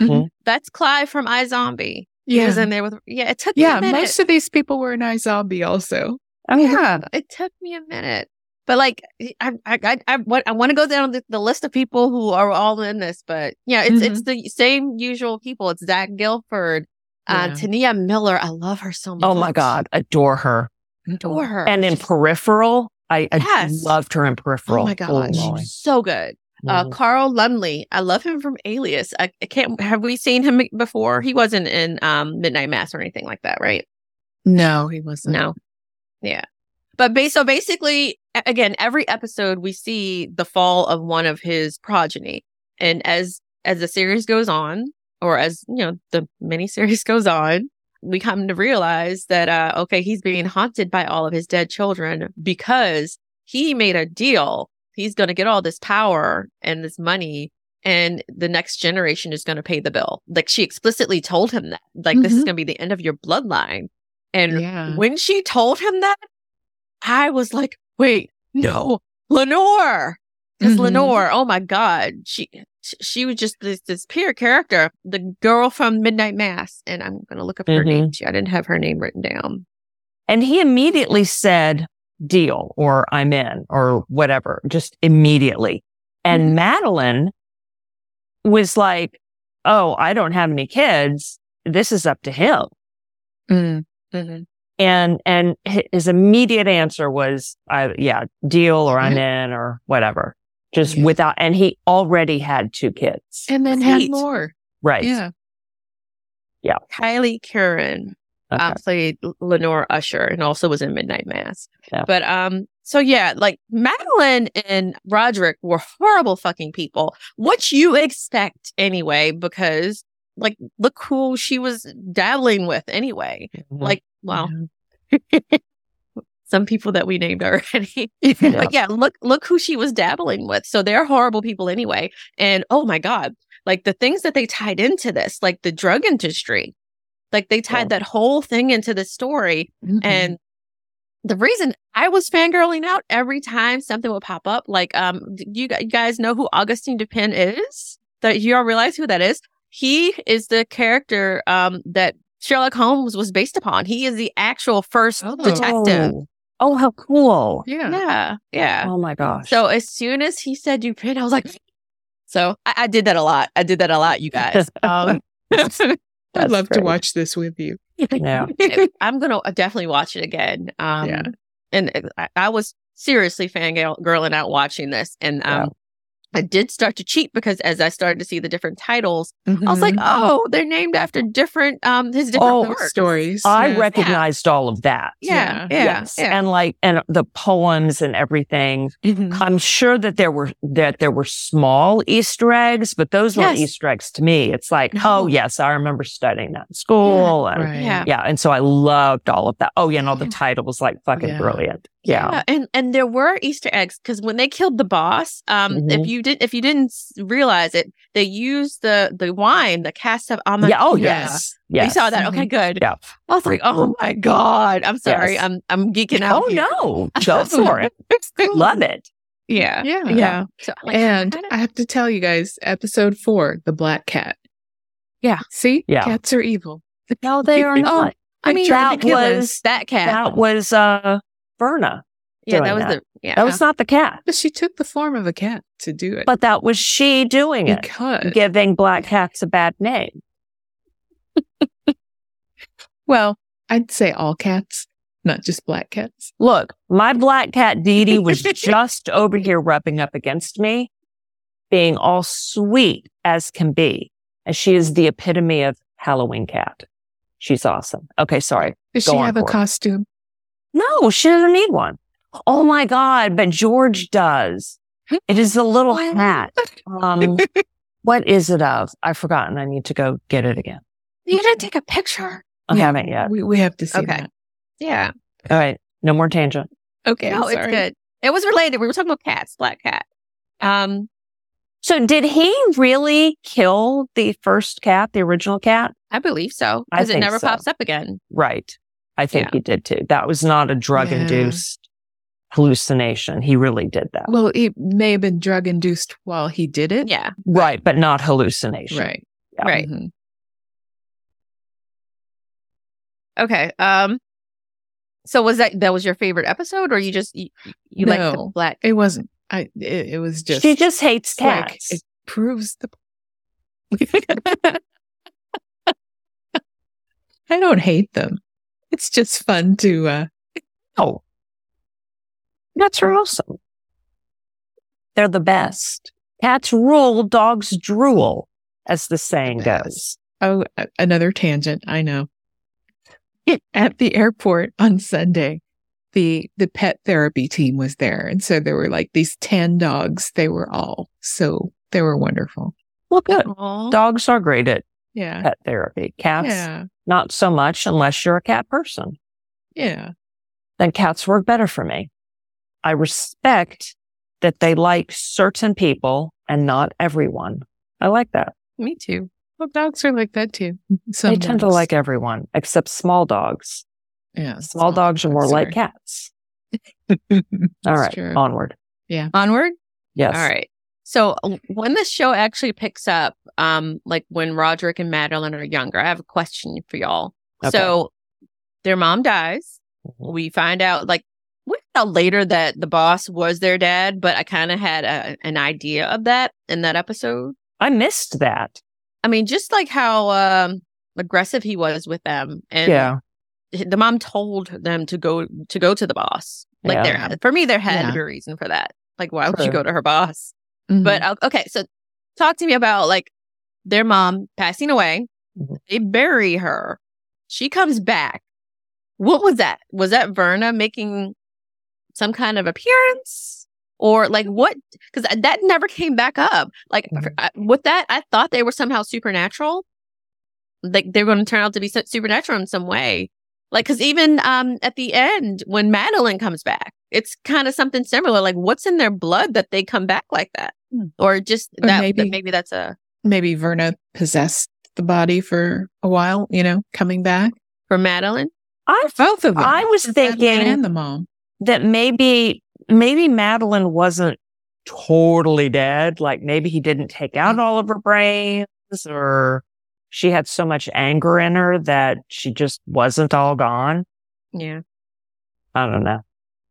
[SPEAKER 2] Mhm.
[SPEAKER 3] That's Clive from iZombie. He was
[SPEAKER 1] Mm-hmm. Yeah.
[SPEAKER 3] in there with yeah. It took
[SPEAKER 1] Yeah.
[SPEAKER 3] me a minute.
[SPEAKER 1] Most of these people were in iZombie also.
[SPEAKER 2] Oh,
[SPEAKER 3] yeah, it took me a minute. But like, I I I, I want I want to go down the, the list of people who are all in this, but yeah, it's it's
[SPEAKER 2] Mm-hmm.
[SPEAKER 3] the same usual people. It's Zach Gilford, uh,
[SPEAKER 1] Yeah.
[SPEAKER 3] Tania Miller. I love her so much.
[SPEAKER 2] Oh my God, adore her.
[SPEAKER 3] adore her.
[SPEAKER 2] And in Peripheral, I, I
[SPEAKER 3] Yes.
[SPEAKER 2] loved her in Peripheral.
[SPEAKER 1] Oh my gosh.
[SPEAKER 2] Holy
[SPEAKER 3] so good. Uh,
[SPEAKER 2] moly.
[SPEAKER 3] Carl Lumley. I love him from Alias. I, I can't. Have we seen him before? He wasn't in um, Midnight Mass or anything like that, right?
[SPEAKER 1] No, he wasn't.
[SPEAKER 3] No. Yeah. But ba- so basically, a- again, every episode we see the fall of one of his progeny, and as as the series goes on, or as you know, the miniseries goes on, we come to realize that uh, okay, he's being haunted by all of his dead children because he made a deal. He's going to get all this power and this money, and the next generation is going to pay the bill. Like she explicitly told him that, like this is
[SPEAKER 1] Mhm.
[SPEAKER 3] going to be the end of your bloodline, and
[SPEAKER 1] Yeah.
[SPEAKER 3] when she told him that, I was like, wait, no, Lenore. Because
[SPEAKER 1] Mhm.
[SPEAKER 3] Lenore, oh my God, she sh- she was just this, this pure character, the girl from Midnight Mass. And I'm going to look up her
[SPEAKER 2] Mhm.
[SPEAKER 3] name too. I didn't have her name written down.
[SPEAKER 2] And he immediately said, deal or I'm in or whatever, just immediately. And
[SPEAKER 3] Mm-hmm.
[SPEAKER 2] Madeline was like, oh, I don't have any kids. This is up to him.
[SPEAKER 1] Mm.
[SPEAKER 2] And, and hi- his immediate answer was, I, yeah, deal or I'm in or whatever, just
[SPEAKER 1] Yeah.
[SPEAKER 2] without, and he already had two kids.
[SPEAKER 1] And then
[SPEAKER 3] Sweet.
[SPEAKER 1] had more.
[SPEAKER 2] Right.
[SPEAKER 1] Yeah.
[SPEAKER 3] Kylie Curran.
[SPEAKER 2] Okay.
[SPEAKER 3] um, played L- Lenore Usher and also was in Midnight Mass.
[SPEAKER 2] Yeah.
[SPEAKER 3] But um, so yeah, like Madeline and Roderick were horrible fucking people. What you expect anyway, because like look who she was dabbling with anyway.
[SPEAKER 2] Mm-hmm.
[SPEAKER 3] Like, wow. Some people that we named already.
[SPEAKER 2] Oh.
[SPEAKER 3] But yeah, look look who she was dabbling with. So they're horrible people anyway. And oh my God, like the things that they tied into this, like the drug industry. Like they tied that whole thing into the story.
[SPEAKER 1] Mm-hmm.
[SPEAKER 3] And the reason I was fangirling out every time something would pop up, like, um, do you, gu- you guys know who Augustine Dupin is? That you all realize who that is? He is the character, um, that Sherlock Holmes was based upon. He is the actual first
[SPEAKER 1] Oh.
[SPEAKER 3] detective.
[SPEAKER 2] Oh, oh, how cool.
[SPEAKER 1] yeah.
[SPEAKER 3] Yeah. Yeah.
[SPEAKER 2] Oh my gosh.
[SPEAKER 3] So as soon as he said Dupin, I was like, so I, I did that a lot. I did that a lot, you guys. Um,
[SPEAKER 1] I'd
[SPEAKER 2] That's
[SPEAKER 1] love to
[SPEAKER 2] great.
[SPEAKER 1] watch this with you.
[SPEAKER 2] Yeah.
[SPEAKER 3] I'm gonna definitely watch it again. Um,
[SPEAKER 1] Yeah.
[SPEAKER 3] and it- I, I was seriously fangirling out watching this, and um,
[SPEAKER 2] Yeah.
[SPEAKER 3] I did start to cheat because as I started to see the different titles, I was like, oh, they're named after different um his different
[SPEAKER 2] Mm-hmm. Oh,
[SPEAKER 3] works.
[SPEAKER 1] stories.
[SPEAKER 2] I
[SPEAKER 1] yeah.
[SPEAKER 2] recognized all of that.
[SPEAKER 3] Yeah, yeah,
[SPEAKER 2] yes.
[SPEAKER 3] yeah.
[SPEAKER 2] And like, and the poems and everything.
[SPEAKER 1] Mhm.
[SPEAKER 3] Mm-hmm.
[SPEAKER 2] I'm sure that there were, that there were small Easter eggs, but those weren't
[SPEAKER 3] Yes.
[SPEAKER 2] Easter eggs to me. It's like,
[SPEAKER 3] No.
[SPEAKER 2] oh, yes, I remember studying that in school. and
[SPEAKER 1] Right.
[SPEAKER 3] Yeah.
[SPEAKER 2] yeah. And so I loved all of that. Oh, yeah. And all the
[SPEAKER 3] Yeah.
[SPEAKER 2] title was like fucking
[SPEAKER 1] Yeah.
[SPEAKER 2] brilliant. Yeah.
[SPEAKER 3] and and there were Easter eggs because when they killed the boss, um, if
[SPEAKER 2] Mhm.
[SPEAKER 3] you didn't if you didn't s- realize it, they used the the wine, the cast of
[SPEAKER 2] Yeah.
[SPEAKER 3] Amakita.
[SPEAKER 2] Oh,
[SPEAKER 1] Yeah.
[SPEAKER 2] yes. Yes. Mm-hmm.
[SPEAKER 3] You saw that? Okay, good.
[SPEAKER 2] Yeah.
[SPEAKER 3] I was like, oh my god, I'm sorry,
[SPEAKER 2] Yes.
[SPEAKER 3] I'm I'm geeking out.
[SPEAKER 2] Oh,
[SPEAKER 3] here.
[SPEAKER 2] no. Go for it. Love it.
[SPEAKER 3] Yeah,
[SPEAKER 1] Yeah.
[SPEAKER 3] yeah. So, like,
[SPEAKER 1] and
[SPEAKER 3] how did-
[SPEAKER 1] I have to tell you guys, episode four, the black cat.
[SPEAKER 3] Yeah.
[SPEAKER 1] See,
[SPEAKER 2] Yeah.
[SPEAKER 1] cats are evil.
[SPEAKER 2] No, they are
[SPEAKER 1] Oh,
[SPEAKER 2] not.
[SPEAKER 3] I mean,
[SPEAKER 2] that
[SPEAKER 3] the killers,
[SPEAKER 2] was-
[SPEAKER 3] that cat.
[SPEAKER 2] That was uh Verna.
[SPEAKER 3] yeah, that
[SPEAKER 2] doing
[SPEAKER 3] was
[SPEAKER 2] that.
[SPEAKER 3] the yeah.
[SPEAKER 2] That was not the cat,
[SPEAKER 1] But she took the form of a cat to do it.
[SPEAKER 2] but that was she doing it,
[SPEAKER 1] because
[SPEAKER 2] giving black cats a bad name.
[SPEAKER 1] well, I'd say all cats, not just black cats.
[SPEAKER 2] Look, my black cat Dee Dee was just over here rubbing up against me, being all sweet as can be, and she is the epitome of Halloween cat. She's awesome. Okay, sorry.
[SPEAKER 1] Does
[SPEAKER 2] Go
[SPEAKER 1] she
[SPEAKER 2] on
[SPEAKER 1] have a
[SPEAKER 2] for it.
[SPEAKER 1] costume?
[SPEAKER 2] No, she doesn't need one. Oh my God, but George does. It is a little
[SPEAKER 3] What?
[SPEAKER 2] hat. Um, what is it of? I've forgotten. I need to go get it again.
[SPEAKER 3] you didn't take a picture.
[SPEAKER 2] I
[SPEAKER 1] Yeah.
[SPEAKER 2] haven't yet.
[SPEAKER 1] We we have to see
[SPEAKER 3] Okay.
[SPEAKER 1] that.
[SPEAKER 3] Yeah.
[SPEAKER 2] All right. No more tangent.
[SPEAKER 1] Okay,
[SPEAKER 3] no,
[SPEAKER 1] I'm
[SPEAKER 3] it's
[SPEAKER 1] sorry.
[SPEAKER 3] good. It was related. We were talking about cats, black cat. Um,
[SPEAKER 2] So did he really kill the first cat, the original cat?
[SPEAKER 3] I believe so
[SPEAKER 2] I
[SPEAKER 3] because it
[SPEAKER 2] think
[SPEAKER 3] never
[SPEAKER 2] so.
[SPEAKER 3] pops up again.
[SPEAKER 2] Right. I think
[SPEAKER 3] Yeah.
[SPEAKER 2] he did too. That was not a drug induced hallucination. He really did that.
[SPEAKER 1] Well, it may have been drug induced while he did it.
[SPEAKER 3] Yeah,
[SPEAKER 2] right. But not hallucination.
[SPEAKER 1] Right.
[SPEAKER 2] Yeah.
[SPEAKER 3] right.
[SPEAKER 1] Mhm.
[SPEAKER 3] Okay. Um, so was that that was your favorite episode, or you just you, you like the
[SPEAKER 1] No.
[SPEAKER 3] black?
[SPEAKER 1] It wasn't. I. It, it was just.
[SPEAKER 2] she just hates
[SPEAKER 1] it's like,
[SPEAKER 2] cats.
[SPEAKER 1] it proves the. I don't hate them. It's just fun to. uh
[SPEAKER 2] oh. Cats are awesome. They're the best. Cats rule, dogs drool, as the saying
[SPEAKER 1] Yes.
[SPEAKER 2] goes.
[SPEAKER 1] Oh, a- another tangent. I know. At the airport on Sunday, the the pet therapy team was there, and so there were like these ten dogs. They were all so they were wonderful.
[SPEAKER 2] Well, good.
[SPEAKER 3] Aw.
[SPEAKER 2] Dogs are great at
[SPEAKER 1] Yeah,
[SPEAKER 2] pet therapy. Cats,
[SPEAKER 1] yeah,
[SPEAKER 2] not so much unless you're a cat person.
[SPEAKER 1] yeah.
[SPEAKER 2] Then cats work better for me. I respect that they like certain people and not everyone. I like that.
[SPEAKER 1] Me too. Well, dogs are like that too.
[SPEAKER 2] They
[SPEAKER 1] Some
[SPEAKER 2] tend to
[SPEAKER 1] dogs.
[SPEAKER 2] like everyone except small dogs.
[SPEAKER 1] yeah.
[SPEAKER 2] Small dogs are more like cats. All
[SPEAKER 1] That's
[SPEAKER 2] right,
[SPEAKER 1] true.
[SPEAKER 2] onward.
[SPEAKER 3] Onward.
[SPEAKER 2] Yes.
[SPEAKER 3] All right. So uh, when the show actually picks up, um, like when Roderick and Madeline are younger, I have a question for y'all.
[SPEAKER 2] Okay.
[SPEAKER 3] So their mom dies.
[SPEAKER 2] Mhm.
[SPEAKER 3] We find out like we found out later that the boss was their dad, but I kind of had a, an idea of that in that episode.
[SPEAKER 2] I missed that.
[SPEAKER 3] I mean, just like how um aggressive he was with them, and
[SPEAKER 2] yeah.
[SPEAKER 3] the mom told them to go to go to the boss. Like
[SPEAKER 1] Yeah.
[SPEAKER 3] there, for me, there had to
[SPEAKER 1] Yeah.
[SPEAKER 3] be a reason for that. Like, why would you
[SPEAKER 2] True.
[SPEAKER 3] go to her boss?
[SPEAKER 1] Mhm.
[SPEAKER 3] But uh, okay, so talk to me about like their mom passing away.
[SPEAKER 2] Mhm.
[SPEAKER 3] They bury her. She comes back. What was that? Was that Verna making some kind of appearance? Or like what? Because that never came back up. Like
[SPEAKER 1] Mm-hmm.
[SPEAKER 2] Mhm.
[SPEAKER 3] I- with that, I thought they were somehow supernatural. Like they were going to turn out to be su- supernatural in some way. Like because even um at the end when Madeline comes back, it's kind of something similar. Like what's in their blood that they come back like that,
[SPEAKER 2] Hmm.
[SPEAKER 3] or just
[SPEAKER 1] Or
[SPEAKER 3] that
[SPEAKER 1] maybe-
[SPEAKER 3] that maybe that's a
[SPEAKER 1] Maybe Verna possessed the body for a while, you know, coming back.
[SPEAKER 3] for Madeline.
[SPEAKER 2] I
[SPEAKER 1] Both of them.
[SPEAKER 2] I was
[SPEAKER 1] Madeline
[SPEAKER 2] thinking-
[SPEAKER 1] and the mom.
[SPEAKER 2] that maybe maybe Madeline wasn't totally dead. Like maybe he didn't take out all of her brains or she had so much anger in her that she just wasn't all gone.
[SPEAKER 3] Yeah.
[SPEAKER 2] I don't know.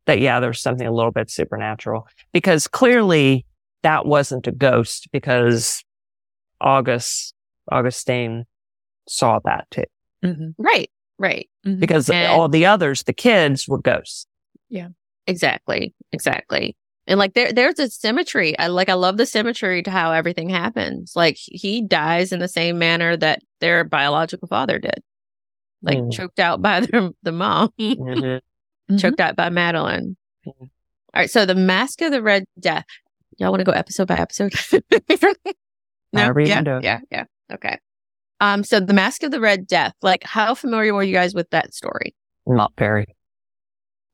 [SPEAKER 2] That yeah, there's something a little bit supernatural because clearly that wasn't a ghost because August Augustine saw that too.
[SPEAKER 3] Mm-hmm.
[SPEAKER 1] Mhm.
[SPEAKER 3] Right. Right.
[SPEAKER 1] Mhm.
[SPEAKER 2] Because
[SPEAKER 3] And-
[SPEAKER 2] all the others, the kids were ghosts.
[SPEAKER 3] Exactly. Exactly. And like there there's a symmetry. I like I love the symmetry to how everything happens. Like he dies in the same manner that their biological father did. Like
[SPEAKER 2] Mm.
[SPEAKER 3] choked out by the, the mom, Mm-hmm.
[SPEAKER 2] Mhm.
[SPEAKER 1] Mhm.
[SPEAKER 3] choked out by Madeline.
[SPEAKER 2] Yeah.
[SPEAKER 3] All right, so the mask of the red death. Y'all want to go episode by episode? no,
[SPEAKER 2] However you
[SPEAKER 3] yeah,
[SPEAKER 2] wanna do it.
[SPEAKER 3] yeah, yeah. Okay. Um so the mask of the red death. Like how familiar were you guys with that story?
[SPEAKER 2] Not very.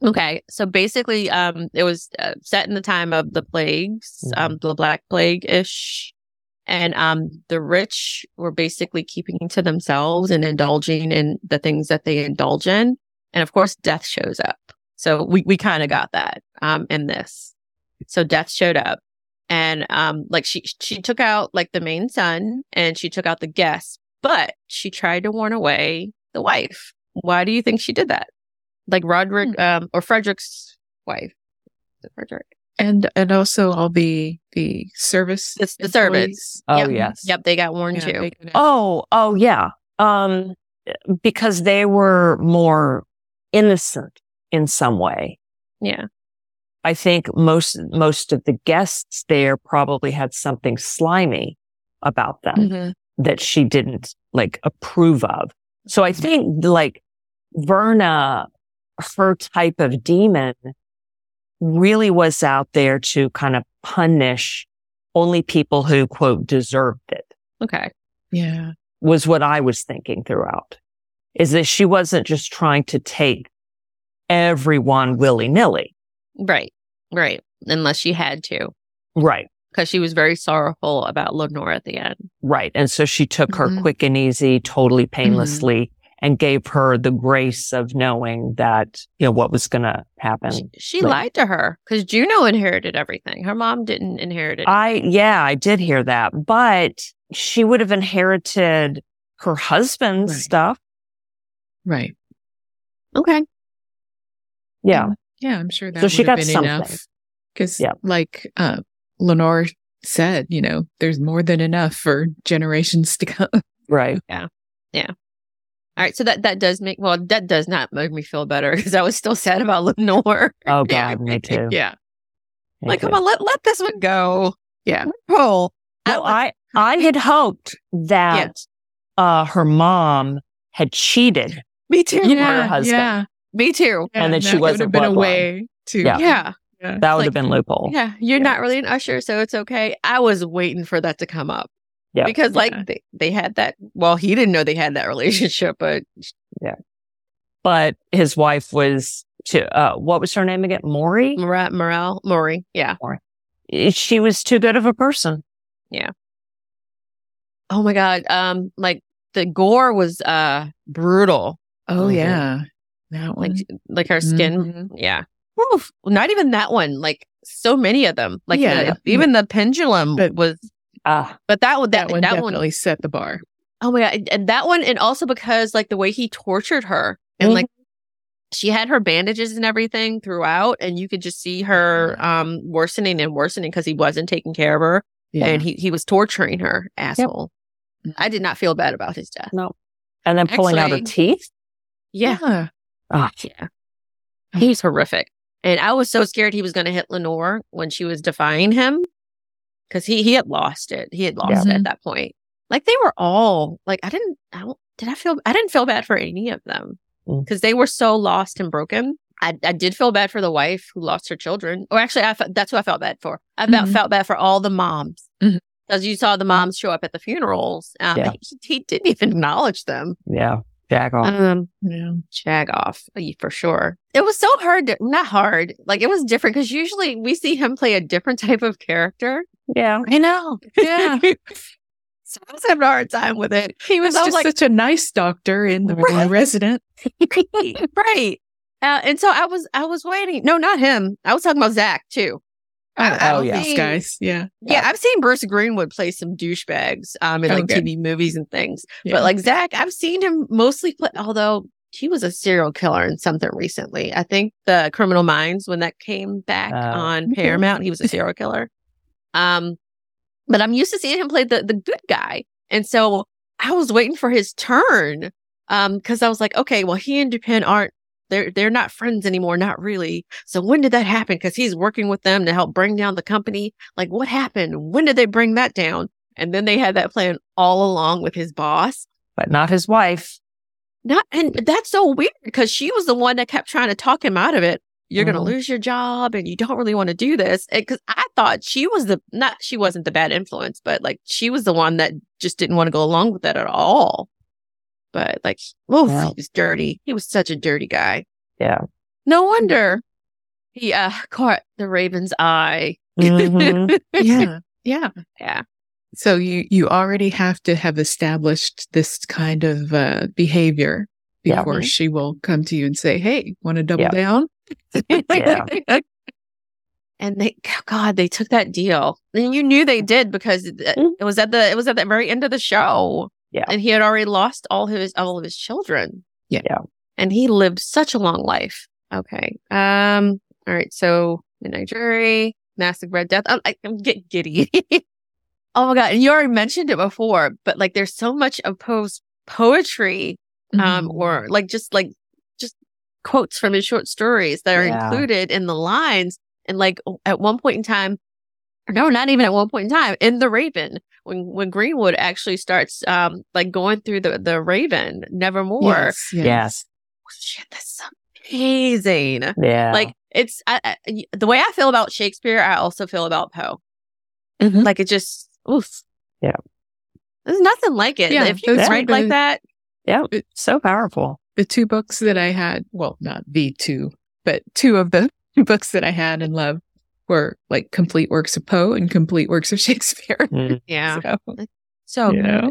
[SPEAKER 3] Okay, so basically, um, it was uh, set in the time of the plagues,
[SPEAKER 2] Mhm.
[SPEAKER 3] um, the Black Plague ish, and um, the rich were basically keeping to themselves and indulging in the things that they indulge in, and of course, death shows up. So we we kind of got that um in this. So death showed up, and um, like she she took out like the main son, and she took out the guests, but she tried to warn away the wife. Why do you think she did that? like Roderick
[SPEAKER 1] Hmm.
[SPEAKER 3] um or Frederick's wife. Is it Frederick.
[SPEAKER 1] and and also all the the service
[SPEAKER 3] It's the
[SPEAKER 1] employees.
[SPEAKER 3] servants.
[SPEAKER 2] Oh
[SPEAKER 3] Yep.
[SPEAKER 2] yes.
[SPEAKER 3] Yep, they got warned
[SPEAKER 1] Yeah,
[SPEAKER 3] too.
[SPEAKER 1] they could have-
[SPEAKER 2] Oh, oh yeah. Um, because they were more innocent in some way.
[SPEAKER 3] yeah.
[SPEAKER 2] I think most most of the guests there probably had something slimy about them
[SPEAKER 1] Mhm.
[SPEAKER 2] that she didn't like approve of. So I think like Verna, her type of demon really was out there to kind of punish only people who quote deserved it.
[SPEAKER 3] Okay.
[SPEAKER 1] yeah
[SPEAKER 2] was what I was thinking throughout is that she wasn't just trying to take everyone willy nilly.
[SPEAKER 3] Right. Right. Unless she had to,
[SPEAKER 2] Right.
[SPEAKER 3] because she was very sorrowful about Lenore at the end.
[SPEAKER 2] Right. And so she took her
[SPEAKER 3] Mm-hmm.
[SPEAKER 1] Mhm.
[SPEAKER 2] quick and easy, totally painlessly and gave her the grace of knowing that, you know, what was going to happen.
[SPEAKER 3] She, she
[SPEAKER 2] Right.
[SPEAKER 3] lied to her because Juno inherited everything. Her mom didn't inherit it.
[SPEAKER 2] I, yeah, I did hear that, but she would have inherited her husband's
[SPEAKER 1] Right.
[SPEAKER 2] stuff.
[SPEAKER 1] right
[SPEAKER 3] okay.
[SPEAKER 2] Yeah.
[SPEAKER 1] yeah i'm sure that
[SPEAKER 2] So she
[SPEAKER 1] would have
[SPEAKER 2] got
[SPEAKER 1] been
[SPEAKER 2] something.
[SPEAKER 1] enough because
[SPEAKER 2] Yeah.
[SPEAKER 1] like uh lenore said you know there's more than enough for generations to come
[SPEAKER 3] Mm-hmm.
[SPEAKER 2] Right.
[SPEAKER 3] All right. So that that does make well that does not make me feel better because I was still sad about Lenore.
[SPEAKER 2] Oh
[SPEAKER 1] Yeah.
[SPEAKER 2] God, me too.
[SPEAKER 1] yeah
[SPEAKER 2] Me
[SPEAKER 3] like,
[SPEAKER 2] too.
[SPEAKER 3] come on, let let this one go.
[SPEAKER 1] Yeah.
[SPEAKER 3] Oh,
[SPEAKER 2] Well, I I had hoped that uh, her mom had cheated
[SPEAKER 3] me too.
[SPEAKER 2] her husband.
[SPEAKER 1] yeah
[SPEAKER 3] Me too.
[SPEAKER 2] And that she
[SPEAKER 1] would
[SPEAKER 2] wasn't
[SPEAKER 1] have been a
[SPEAKER 2] bloodline.
[SPEAKER 1] way to
[SPEAKER 2] Yeah.
[SPEAKER 3] yeah.
[SPEAKER 2] That would
[SPEAKER 3] Like,
[SPEAKER 2] have been loophole.
[SPEAKER 3] Yeah, you're
[SPEAKER 1] Yeah.
[SPEAKER 3] not really an usher, so it's okay. I was waiting for that to come up.
[SPEAKER 2] Yeah.
[SPEAKER 3] Because like
[SPEAKER 1] Yeah.
[SPEAKER 3] they, they had that well, he didn't know they had that relationship, but
[SPEAKER 2] But his wife was too. Uh, what was her name again? Maury.
[SPEAKER 3] Morel Morel Maury, yeah.
[SPEAKER 2] Eh, She was too good of a person.
[SPEAKER 3] Oh my god. Um like the gore was uh brutal.
[SPEAKER 1] oh
[SPEAKER 2] Mhm.
[SPEAKER 1] yeah that
[SPEAKER 3] Like
[SPEAKER 1] one
[SPEAKER 3] like her skin.
[SPEAKER 1] Mhm.
[SPEAKER 3] Yeah. Oof. Not even that one. Like so many of them. Like
[SPEAKER 1] Yeah.
[SPEAKER 3] the- even the pendulum
[SPEAKER 1] But-
[SPEAKER 3] was
[SPEAKER 2] Ah,
[SPEAKER 3] but that one
[SPEAKER 1] that,
[SPEAKER 3] that
[SPEAKER 1] one
[SPEAKER 3] that one
[SPEAKER 1] definitely set the bar
[SPEAKER 3] Oh my god, and- and that one, and also because like the way he tortured her, and
[SPEAKER 2] Mhm.
[SPEAKER 3] like she had her bandages and everything throughout, and you could just see her um worsening and worsening because he wasn't taking care of her,
[SPEAKER 1] yeah
[SPEAKER 3] and he he was torturing her, asshole. I did not feel bad about his death.
[SPEAKER 2] and then pulling out her
[SPEAKER 3] Actually-
[SPEAKER 2] teeth.
[SPEAKER 3] Yeah,
[SPEAKER 2] Ah,
[SPEAKER 3] yeah, he's horrific, and I was so scared he was going to hit Lenore when she was defying him, because he he had lost it. He had lost it
[SPEAKER 1] Yeah.
[SPEAKER 3] at that point. Like they were all like I didn't I don't did I feel I didn't feel bad for any of them because they were so lost and broken. I, I did feel bad for the wife who lost her children, or actually, I fe- that's who I felt bad for. I felt,
[SPEAKER 1] Mhm.
[SPEAKER 3] felt bad for all the moms
[SPEAKER 1] Mhm.
[SPEAKER 3] because you saw the moms show up at the funerals. Um,
[SPEAKER 2] Yeah. Oh.
[SPEAKER 3] he, he didn't even acknowledge them.
[SPEAKER 2] Yeah. Jack off.
[SPEAKER 3] Um,
[SPEAKER 1] Yeah.
[SPEAKER 3] jag off y- for sure. It was so hard, to, not hard, like it was different because usually we see him play a different type of character.
[SPEAKER 2] yeah.
[SPEAKER 3] I know.
[SPEAKER 1] Yeah.
[SPEAKER 3] so I was having a hard time with it. He was,
[SPEAKER 1] It's
[SPEAKER 3] I
[SPEAKER 1] just
[SPEAKER 3] was like,
[SPEAKER 1] such a nice doctor in the
[SPEAKER 2] Right.
[SPEAKER 1] resident.
[SPEAKER 3] right. Uh, and so I was, I was waiting. No, not him. I was talking about Zach too. I- I
[SPEAKER 2] Oh,
[SPEAKER 3] don't
[SPEAKER 2] yeah.
[SPEAKER 3] think-
[SPEAKER 1] guys. Yeah.
[SPEAKER 3] Yeah, I've seen Bruce Greenwood play some douchebags um, in like
[SPEAKER 1] Okay.
[SPEAKER 3] TV movies and things.
[SPEAKER 1] Yeah.
[SPEAKER 3] But like Zach, I've seen him mostly play, although he was a serial killer in something recently. I think the Criminal Minds, when that came back
[SPEAKER 2] Oh.
[SPEAKER 3] on
[SPEAKER 1] Okay.
[SPEAKER 3] Paramount, he was a serial killer. Um, but I'm used to seeing him play the, the good guy. And so I was waiting for his turn. Um, cause I was like, okay, well, he and Dupin aren't, they're, they're not friends anymore. Not really. So when did that happen? Cause he's working with them to help bring down the company. Like what happened? When did they bring that down? And then they had that plan all along with his boss.
[SPEAKER 2] But not his wife.
[SPEAKER 3] Not and that's so weird because she was the one that kept trying to talk him out of it. You're
[SPEAKER 2] Mhm.
[SPEAKER 3] gonna lose your job and you don't really want to do this. Because I thought she was the not she wasn't the bad influence, but like she was the one that just didn't want to go along with that at all. But like, oh,
[SPEAKER 2] Yeah.
[SPEAKER 3] he was dirty. He was such a dirty guy.
[SPEAKER 2] Yeah.
[SPEAKER 3] No wonder he uh, caught the Raven's eye.
[SPEAKER 2] Mhm.
[SPEAKER 1] Yeah. Yeah.
[SPEAKER 3] Yeah.
[SPEAKER 1] So you you already have to have established this kind of uh, behavior
[SPEAKER 2] Yeah.
[SPEAKER 1] before she will come to you and say, "Hey, want to double
[SPEAKER 2] Yeah.
[SPEAKER 1] down?"
[SPEAKER 2] Yeah.
[SPEAKER 3] and they god they took that deal and you knew they did because it,
[SPEAKER 2] Mhm.
[SPEAKER 3] it was at the it was at the very end of the show
[SPEAKER 2] Yeah.
[SPEAKER 3] and he had already lost all his all of his children
[SPEAKER 1] Yeah.
[SPEAKER 2] Yeah.
[SPEAKER 3] and he lived such a long life okay um all right so midnight jury massive red death i'm, I, I'm getting giddy oh my god and you already mentioned it before but like there's so much of poe's poetry
[SPEAKER 1] Mm-hmm.
[SPEAKER 3] um or like just like just quotes from his short stories that are
[SPEAKER 2] Yeah.
[SPEAKER 3] included in the lines and like o- at one point in time or no not even at one point in time in the raven when when greenwood actually starts um like going through the the raven nevermore Oh,
[SPEAKER 1] Yes, yes.
[SPEAKER 2] Yes.
[SPEAKER 3] shit that's amazing
[SPEAKER 2] Yeah.
[SPEAKER 3] like it's I, I- y- the way i feel about shakespeare i also feel about poe
[SPEAKER 1] Mhm.
[SPEAKER 3] like it just oof
[SPEAKER 2] Yeah.
[SPEAKER 3] there's nothing like it
[SPEAKER 1] Yeah,
[SPEAKER 3] if you
[SPEAKER 1] those
[SPEAKER 3] write
[SPEAKER 1] are
[SPEAKER 3] like
[SPEAKER 1] the-
[SPEAKER 3] that
[SPEAKER 2] so powerful.
[SPEAKER 1] the two books that I had, well, not the two, but two of the books that I had and loved were like complete works of Poe and complete works of Shakespeare.
[SPEAKER 2] Mm,
[SPEAKER 3] yeah
[SPEAKER 1] So,
[SPEAKER 3] so
[SPEAKER 1] you know,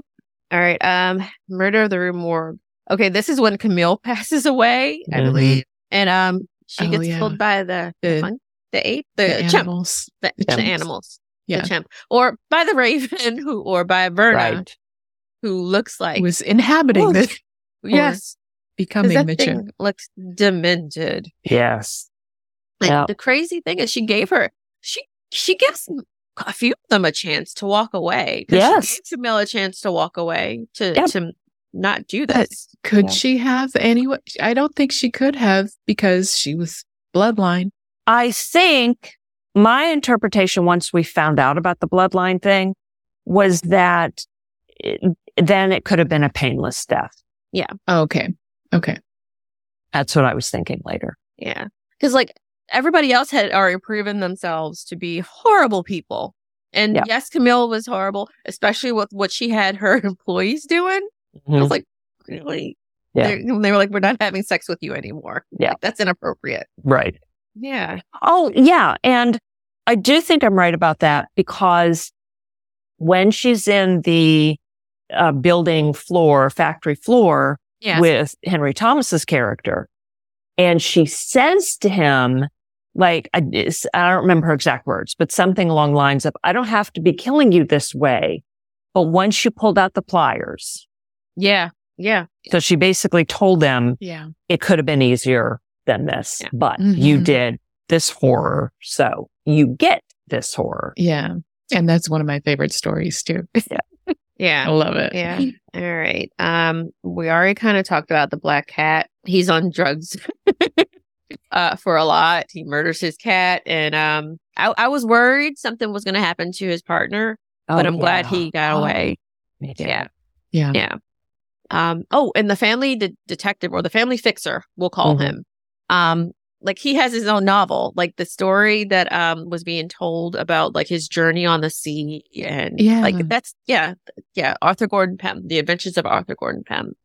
[SPEAKER 3] All right. Um, Murder of the Rue Morgue. Okay, this is when Camille passes away, I
[SPEAKER 2] Mhm.
[SPEAKER 3] believe, and um, she
[SPEAKER 1] Oh,
[SPEAKER 3] gets
[SPEAKER 1] yeah.
[SPEAKER 3] killed by the the,
[SPEAKER 1] The-
[SPEAKER 3] fun- the ape, the,
[SPEAKER 1] the
[SPEAKER 3] chimp,
[SPEAKER 1] animals.
[SPEAKER 3] the, the
[SPEAKER 1] chimps.
[SPEAKER 3] animals,
[SPEAKER 1] Yeah.
[SPEAKER 3] the chimp, or by the raven, who or by Verna,
[SPEAKER 2] Right.
[SPEAKER 3] who looks like
[SPEAKER 1] was inhabiting
[SPEAKER 2] Oof.
[SPEAKER 1] this,
[SPEAKER 3] yes, because
[SPEAKER 1] becoming
[SPEAKER 3] that
[SPEAKER 1] the
[SPEAKER 3] thing
[SPEAKER 1] chimp.
[SPEAKER 3] looks demented.
[SPEAKER 2] Yes.
[SPEAKER 3] Like,
[SPEAKER 2] Yeah.
[SPEAKER 3] The crazy thing is, she gave her she she gives a few of them a chance to walk away. 'cause
[SPEAKER 2] Yes.
[SPEAKER 3] she gave Camille a chance to walk away to
[SPEAKER 2] Yep.
[SPEAKER 3] to not do
[SPEAKER 1] But-
[SPEAKER 3] this.
[SPEAKER 1] Could
[SPEAKER 2] Yeah.
[SPEAKER 1] she have anyone? I don't think she could have because she was bloodline.
[SPEAKER 2] I think my interpretation, once we found out about the bloodline thing, was that it, then it could have been a painless death.
[SPEAKER 1] Oh, Okay. Okay.
[SPEAKER 2] That's what I was thinking later.
[SPEAKER 3] Yeah. Because like everybody else had already proven themselves to be horrible people. And
[SPEAKER 2] Yeah.
[SPEAKER 3] yes, Camille was horrible, especially with what she had her employees doing. I was like, really?
[SPEAKER 2] Mm-hmm. Yeah.
[SPEAKER 3] They're- They, were like, we're not having sex with you anymore.
[SPEAKER 2] Yeah.
[SPEAKER 3] Like, that's inappropriate.
[SPEAKER 2] Right.
[SPEAKER 3] Yeah.
[SPEAKER 2] Oh, yeah. And I do think I'm right about that because when she's in the uh, building floor, factory floor,
[SPEAKER 3] Yeah.
[SPEAKER 2] with Henry Thomas's character. And she says to him, like, I, it's- I don't remember her exact words, but something along the lines of, I don't have to be killing you this way. But once you pulled out the pliers,
[SPEAKER 3] yeah. Yeah.
[SPEAKER 2] so she basically told them
[SPEAKER 1] Yeah.
[SPEAKER 2] it could have been easier than this,
[SPEAKER 3] Yeah.
[SPEAKER 2] but you
[SPEAKER 1] Mhm.
[SPEAKER 2] did this horror. So you get this horror.
[SPEAKER 1] Yeah. And that's one of my favorite stories too. I
[SPEAKER 3] Yeah.
[SPEAKER 1] love it.
[SPEAKER 3] Yeah. All right. Um, we already kind of talked about the black cat. He's on drugs uh for a lot. He murders his cat and um I, I was worried something was gonna happen
[SPEAKER 2] Oh,
[SPEAKER 3] to his partner but I'm glad he got away.
[SPEAKER 2] Me too.
[SPEAKER 3] Oh, Yeah.
[SPEAKER 1] Yeah.
[SPEAKER 3] Yeah. Um, oh, and the family de- detective or the family fixer, we'll call
[SPEAKER 2] Mhm.
[SPEAKER 3] him. Um, like he has his own novel, like the story that um was being told about like his journey on the sea and
[SPEAKER 1] Yeah.
[SPEAKER 3] like that's yeah, yeah, Arthur Gordon Pym, The Adventures of Arthur Gordon Pym.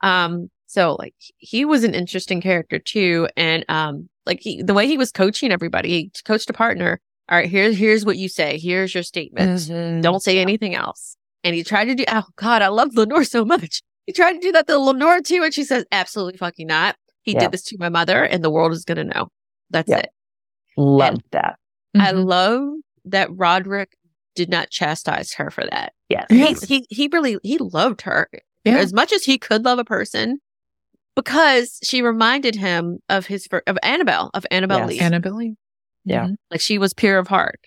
[SPEAKER 3] Um, so like he- he was an interesting character too, and um, like he the way he was coaching everybody, he coached a partner. All right, here's here's what you say. Here's your statement.
[SPEAKER 2] Mm-hmm.
[SPEAKER 3] Don't say anything else. And he tried to do. Oh God, I love Lenore so much. He tried to do that to Lenore too, and she says, "Absolutely fucking not. He
[SPEAKER 2] Yeah.
[SPEAKER 3] did this to my mother, and the world is gonna know." That's
[SPEAKER 2] Yeah. Mm-hmm.
[SPEAKER 3] it.
[SPEAKER 2] Love that.
[SPEAKER 3] I
[SPEAKER 1] Mhm.
[SPEAKER 3] love that Roderick did not chastise her for that.
[SPEAKER 2] Yes.
[SPEAKER 3] He he he really he loved her
[SPEAKER 1] Yeah.
[SPEAKER 3] as much as he could love a person because she reminded him of his fir- of Annabelle of Annabelle
[SPEAKER 2] Yes.
[SPEAKER 3] Lee.
[SPEAKER 1] Annabelle. Lee.
[SPEAKER 2] Yeah.
[SPEAKER 1] Mhm.
[SPEAKER 3] like she was pure of heart.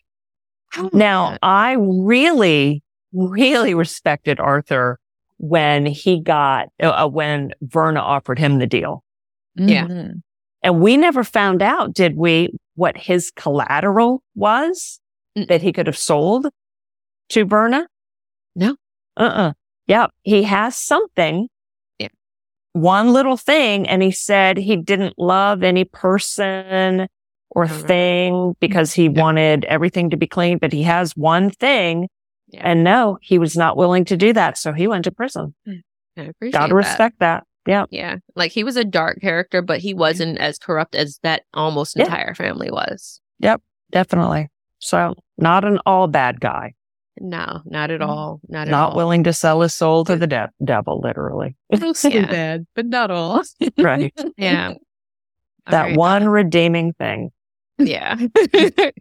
[SPEAKER 3] I love
[SPEAKER 2] Now,
[SPEAKER 3] that.
[SPEAKER 2] I really, really respected Arthur when he got, uh, uh, when Verna offered him the deal.
[SPEAKER 3] Yeah.
[SPEAKER 1] Mhm.
[SPEAKER 2] And we never found out, did we, what his collateral was
[SPEAKER 3] Mm.
[SPEAKER 2] that he could have sold to Verna?
[SPEAKER 3] No.
[SPEAKER 2] Uh uh Yeah. He has something.
[SPEAKER 3] Yeah.
[SPEAKER 2] One little thing. And he said he didn't love any person or
[SPEAKER 3] Correct.
[SPEAKER 2] thing because he
[SPEAKER 1] Yeah.
[SPEAKER 2] wanted everything to be clean, but he has one thing.
[SPEAKER 3] Yeah.
[SPEAKER 2] And no, he was not willing to do that. So he went to prison.
[SPEAKER 3] I appreciate
[SPEAKER 2] Gotta
[SPEAKER 3] that.
[SPEAKER 2] respect that. Yeah.
[SPEAKER 3] Yeah, like he was a dark character, but he wasn't as corrupt as that almost
[SPEAKER 2] Yeah.
[SPEAKER 3] entire family was.
[SPEAKER 2] Definitely. So not an all bad guy.
[SPEAKER 3] No, not at
[SPEAKER 1] Mhm.
[SPEAKER 3] all. Not at
[SPEAKER 2] Mm. not
[SPEAKER 3] all.
[SPEAKER 2] willing to sell his soul to the de- devil, literally.
[SPEAKER 1] Mostly
[SPEAKER 3] Yeah.
[SPEAKER 1] bad, but not all.
[SPEAKER 2] Right.
[SPEAKER 3] Yeah, All
[SPEAKER 2] that
[SPEAKER 3] right.
[SPEAKER 2] one redeeming thing.
[SPEAKER 3] Yeah.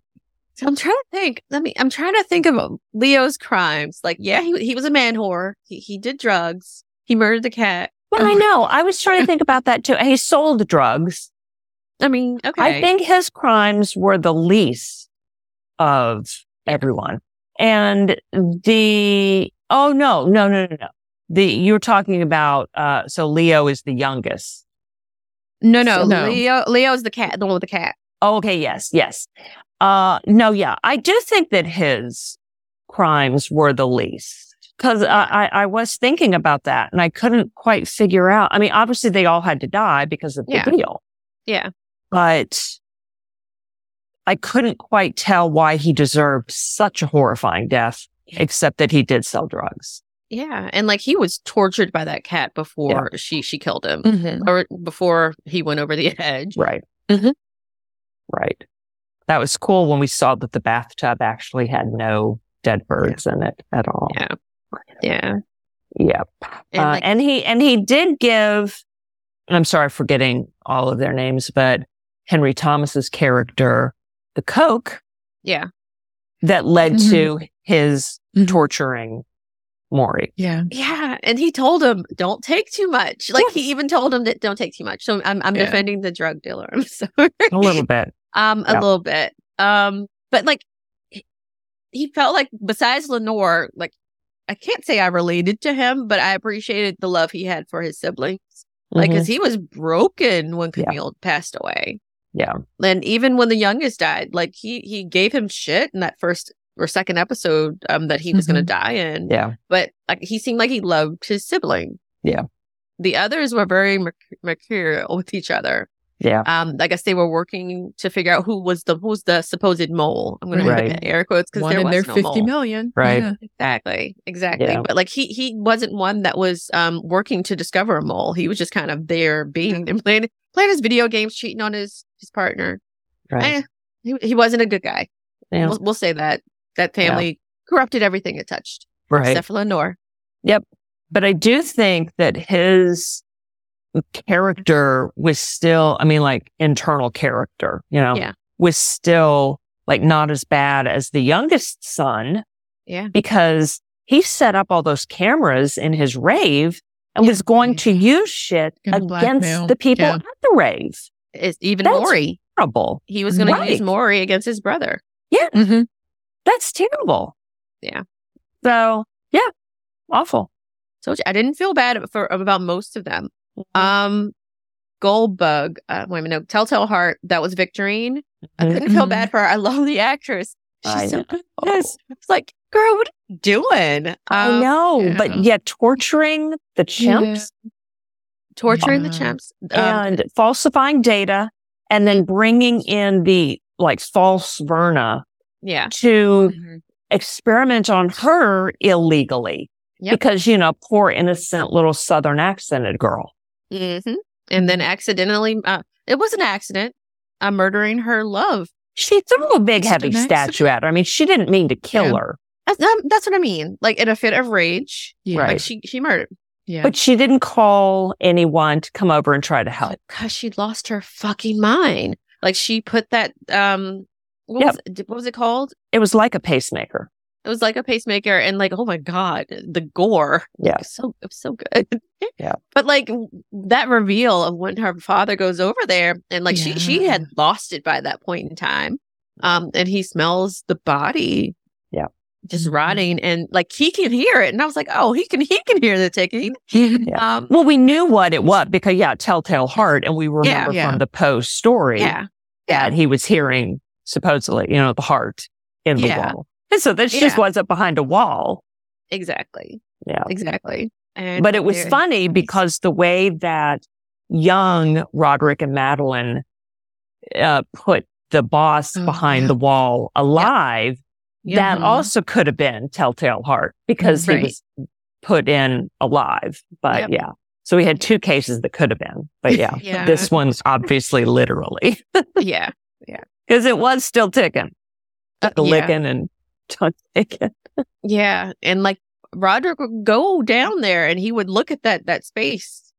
[SPEAKER 3] So I'm trying to think. Let me. I'm trying to think of uh, Leo's crimes. Like, yeah, he he was a man whore. He he did drugs. He murdered the cat.
[SPEAKER 2] Well, I know. I was trying to think about that too. He sold drugs.
[SPEAKER 3] I mean, okay.
[SPEAKER 2] I think his crimes were the least of everyone. And the, oh, no, no, no, no, no. The, you're talking about, uh, so Leo is the youngest.
[SPEAKER 3] No, no,
[SPEAKER 1] So- No.
[SPEAKER 3] Leo. Leo's the cat, the one with the cat.
[SPEAKER 2] Oh, okay. Yes. Yes. Uh, no. Yeah. I do think that his crimes were the least because I, I, I was thinking about that and I couldn't quite figure out. I mean, obviously they all had to die because of the
[SPEAKER 3] Yeah.
[SPEAKER 2] deal,
[SPEAKER 3] Yeah,
[SPEAKER 2] but I couldn't quite tell why he deserved such a horrifying death, except that he did sell drugs.
[SPEAKER 3] yeah, and like he was tortured by that cat before she she killed him,
[SPEAKER 2] Mm. Mm-hmm.
[SPEAKER 3] or before he went over the edge.
[SPEAKER 2] Right.
[SPEAKER 3] Mhm.
[SPEAKER 2] Right. That was cool when we saw that the bathtub actually had no dead birds in it at all.
[SPEAKER 3] Yeah, yeah,
[SPEAKER 2] Yep.
[SPEAKER 3] and
[SPEAKER 2] uh,
[SPEAKER 3] like,
[SPEAKER 2] and he and he did give. And I'm sorry, for forgetting all of their names, but Henry Thomas's character, the coke
[SPEAKER 3] yeah,
[SPEAKER 2] that led
[SPEAKER 1] Mhm.
[SPEAKER 2] to his
[SPEAKER 1] Mhm.
[SPEAKER 2] torturing Maury.
[SPEAKER 1] Yeah.
[SPEAKER 3] yeah. And he told him, "Don't take too much." Like he even told him that, "Don't take too much." So I'm I'm
[SPEAKER 1] Yeah.
[SPEAKER 3] defending the drug dealer. I'm sorry.
[SPEAKER 2] A little bit.
[SPEAKER 3] um a
[SPEAKER 2] Yeah.
[SPEAKER 3] little bit um but like he- he felt like besides lenore like i can't say i related to him but i appreciated the love he had for his siblings like
[SPEAKER 2] Mhm.
[SPEAKER 3] because he was broken when
[SPEAKER 2] Yeah.
[SPEAKER 3] camille passed away
[SPEAKER 2] Yeah.
[SPEAKER 3] and even when the youngest died like he he gave him shit in that first or second episode um that he was
[SPEAKER 2] Mm-hmm.
[SPEAKER 3] gonna
[SPEAKER 1] Mhm.
[SPEAKER 3] die in
[SPEAKER 2] yeah.
[SPEAKER 3] but like he seemed like he loved his sibling
[SPEAKER 2] Yeah.
[SPEAKER 3] the others were very merc- mercurial with each other
[SPEAKER 2] Yeah.
[SPEAKER 3] um, I guess they were working to figure out who was the who was the supposed mole. I'm going to put
[SPEAKER 2] Right.
[SPEAKER 3] that in air quotes because
[SPEAKER 1] One
[SPEAKER 3] there
[SPEAKER 1] in
[SPEAKER 3] was
[SPEAKER 1] their
[SPEAKER 3] no
[SPEAKER 1] fifty
[SPEAKER 3] mole.
[SPEAKER 1] million.
[SPEAKER 2] Right.
[SPEAKER 1] Yeah.
[SPEAKER 3] Exactly, exactly.
[SPEAKER 2] Yeah.
[SPEAKER 3] But like he he wasn't one that was um working to discover a mole. He was just kind of there, being and playing playing his video games, cheating on his his partner.
[SPEAKER 2] Right.
[SPEAKER 3] Eh, he he wasn't a good guy.
[SPEAKER 2] Yeah.
[SPEAKER 3] We'll, we'll say that that family corrupted everything it touched,
[SPEAKER 2] Right.
[SPEAKER 3] except for Lenore.
[SPEAKER 2] but I do think that his character was still, I mean, like internal character, you know,
[SPEAKER 3] Yeah.
[SPEAKER 2] was still like not as bad as the youngest son.
[SPEAKER 3] Yeah.
[SPEAKER 2] Because he set up all those cameras in his rave and was going to use shit
[SPEAKER 1] Gonna
[SPEAKER 2] against
[SPEAKER 1] blackmail.
[SPEAKER 2] the people
[SPEAKER 1] Yeah.
[SPEAKER 2] at the rave.
[SPEAKER 3] It's even
[SPEAKER 2] That's-
[SPEAKER 3] Maury.
[SPEAKER 2] Terrible.
[SPEAKER 3] He was going to use
[SPEAKER 2] Right.
[SPEAKER 3] Maury against his brother.
[SPEAKER 1] Mm-hmm.
[SPEAKER 2] That's terrible.
[SPEAKER 3] Yeah.
[SPEAKER 2] So, yeah, awful.
[SPEAKER 3] Told you, I didn't feel bad for about most of them.
[SPEAKER 2] Mm-hmm.
[SPEAKER 3] Um, Goldbug. Uh, wait a minute. No, Telltale Heart. That was Victorine. I couldn't feel
[SPEAKER 1] Mhm.
[SPEAKER 3] bad for her. I love the actress.
[SPEAKER 2] Mm-hmm. I
[SPEAKER 3] She's so
[SPEAKER 2] know.
[SPEAKER 3] yes. It's like Girl, what are you doing?
[SPEAKER 2] I
[SPEAKER 3] Um,
[SPEAKER 2] know,
[SPEAKER 1] yeah.
[SPEAKER 2] but yet torturing the chimps
[SPEAKER 3] Torturing the
[SPEAKER 1] Wow.
[SPEAKER 3] chimps. Um,
[SPEAKER 2] and falsifying data and then bringing in the like false Verna
[SPEAKER 3] yeah.
[SPEAKER 2] to
[SPEAKER 1] Mm-hmm.
[SPEAKER 2] experiment on her illegally
[SPEAKER 3] Yep.
[SPEAKER 2] because, you know, poor innocent little southern accented girl.
[SPEAKER 3] hmm And then accidentally, uh, it was an accident. Uh, murdering her love.
[SPEAKER 2] She threw a big
[SPEAKER 1] Just
[SPEAKER 2] heavy
[SPEAKER 1] an
[SPEAKER 2] statue at her. I mean, she didn't mean to kill
[SPEAKER 1] Yeah.
[SPEAKER 2] her,
[SPEAKER 3] That's, um, that's what I mean. Like in a fit of rage,
[SPEAKER 1] Yeah.
[SPEAKER 2] Right.
[SPEAKER 3] like she she murdered
[SPEAKER 1] Yeah.
[SPEAKER 2] but she didn't call anyone to come over and try to help.
[SPEAKER 3] because she lost her fucking mind. Like she put that um, what
[SPEAKER 2] Yep.
[SPEAKER 3] was it, what was it called?
[SPEAKER 2] It was like a pacemaker.
[SPEAKER 3] It was like a pacemaker, and like oh my god, the gore.
[SPEAKER 2] Yeah.
[SPEAKER 3] so it was so good.
[SPEAKER 2] Yeah.
[SPEAKER 3] But like w- that reveal of when her father goes over there and like she she
[SPEAKER 1] Yeah.
[SPEAKER 3] had lost it by that point in time. Um and he smells the body.
[SPEAKER 2] Yeah. Mm-hmm.
[SPEAKER 3] Just
[SPEAKER 1] Mhm.
[SPEAKER 3] rotting and like he can hear it. And I was like, oh, he can he can hear the ticking.
[SPEAKER 2] Yeah.
[SPEAKER 3] Um
[SPEAKER 2] Well, we knew what it was because, yeah, Telltale Heart. And we remember
[SPEAKER 1] Yeah.
[SPEAKER 2] from the Poe story
[SPEAKER 3] yeah.
[SPEAKER 2] that he was hearing, supposedly, you know, the heart in the
[SPEAKER 3] Yeah.
[SPEAKER 2] wall. And so this just
[SPEAKER 3] Yeah.
[SPEAKER 2] wasn't behind a wall.
[SPEAKER 3] Exactly.
[SPEAKER 2] Yeah.
[SPEAKER 3] Exactly. And
[SPEAKER 2] But it was
[SPEAKER 3] there-
[SPEAKER 2] funny because the way that young Roderick and Madeline uh, put the boss
[SPEAKER 3] Mm-hmm.
[SPEAKER 1] Oh,
[SPEAKER 2] behind
[SPEAKER 1] yeah.
[SPEAKER 2] the wall alive,
[SPEAKER 1] Yeah. Mm-hmm.
[SPEAKER 2] that also could have been Telltale Heart because
[SPEAKER 3] Right.
[SPEAKER 2] he was put in alive. But
[SPEAKER 3] Mm-hmm. Yep.
[SPEAKER 2] yeah. So we had two cases that could have been. But yeah,
[SPEAKER 3] Yeah.
[SPEAKER 2] this one's obviously literally
[SPEAKER 3] yeah.
[SPEAKER 2] because it was still ticking,
[SPEAKER 3] Uh,
[SPEAKER 2] the
[SPEAKER 3] yeah.
[SPEAKER 2] licking and tongue ticking.
[SPEAKER 3] Yeah. And like Roderick would go down there and he would look at that that space,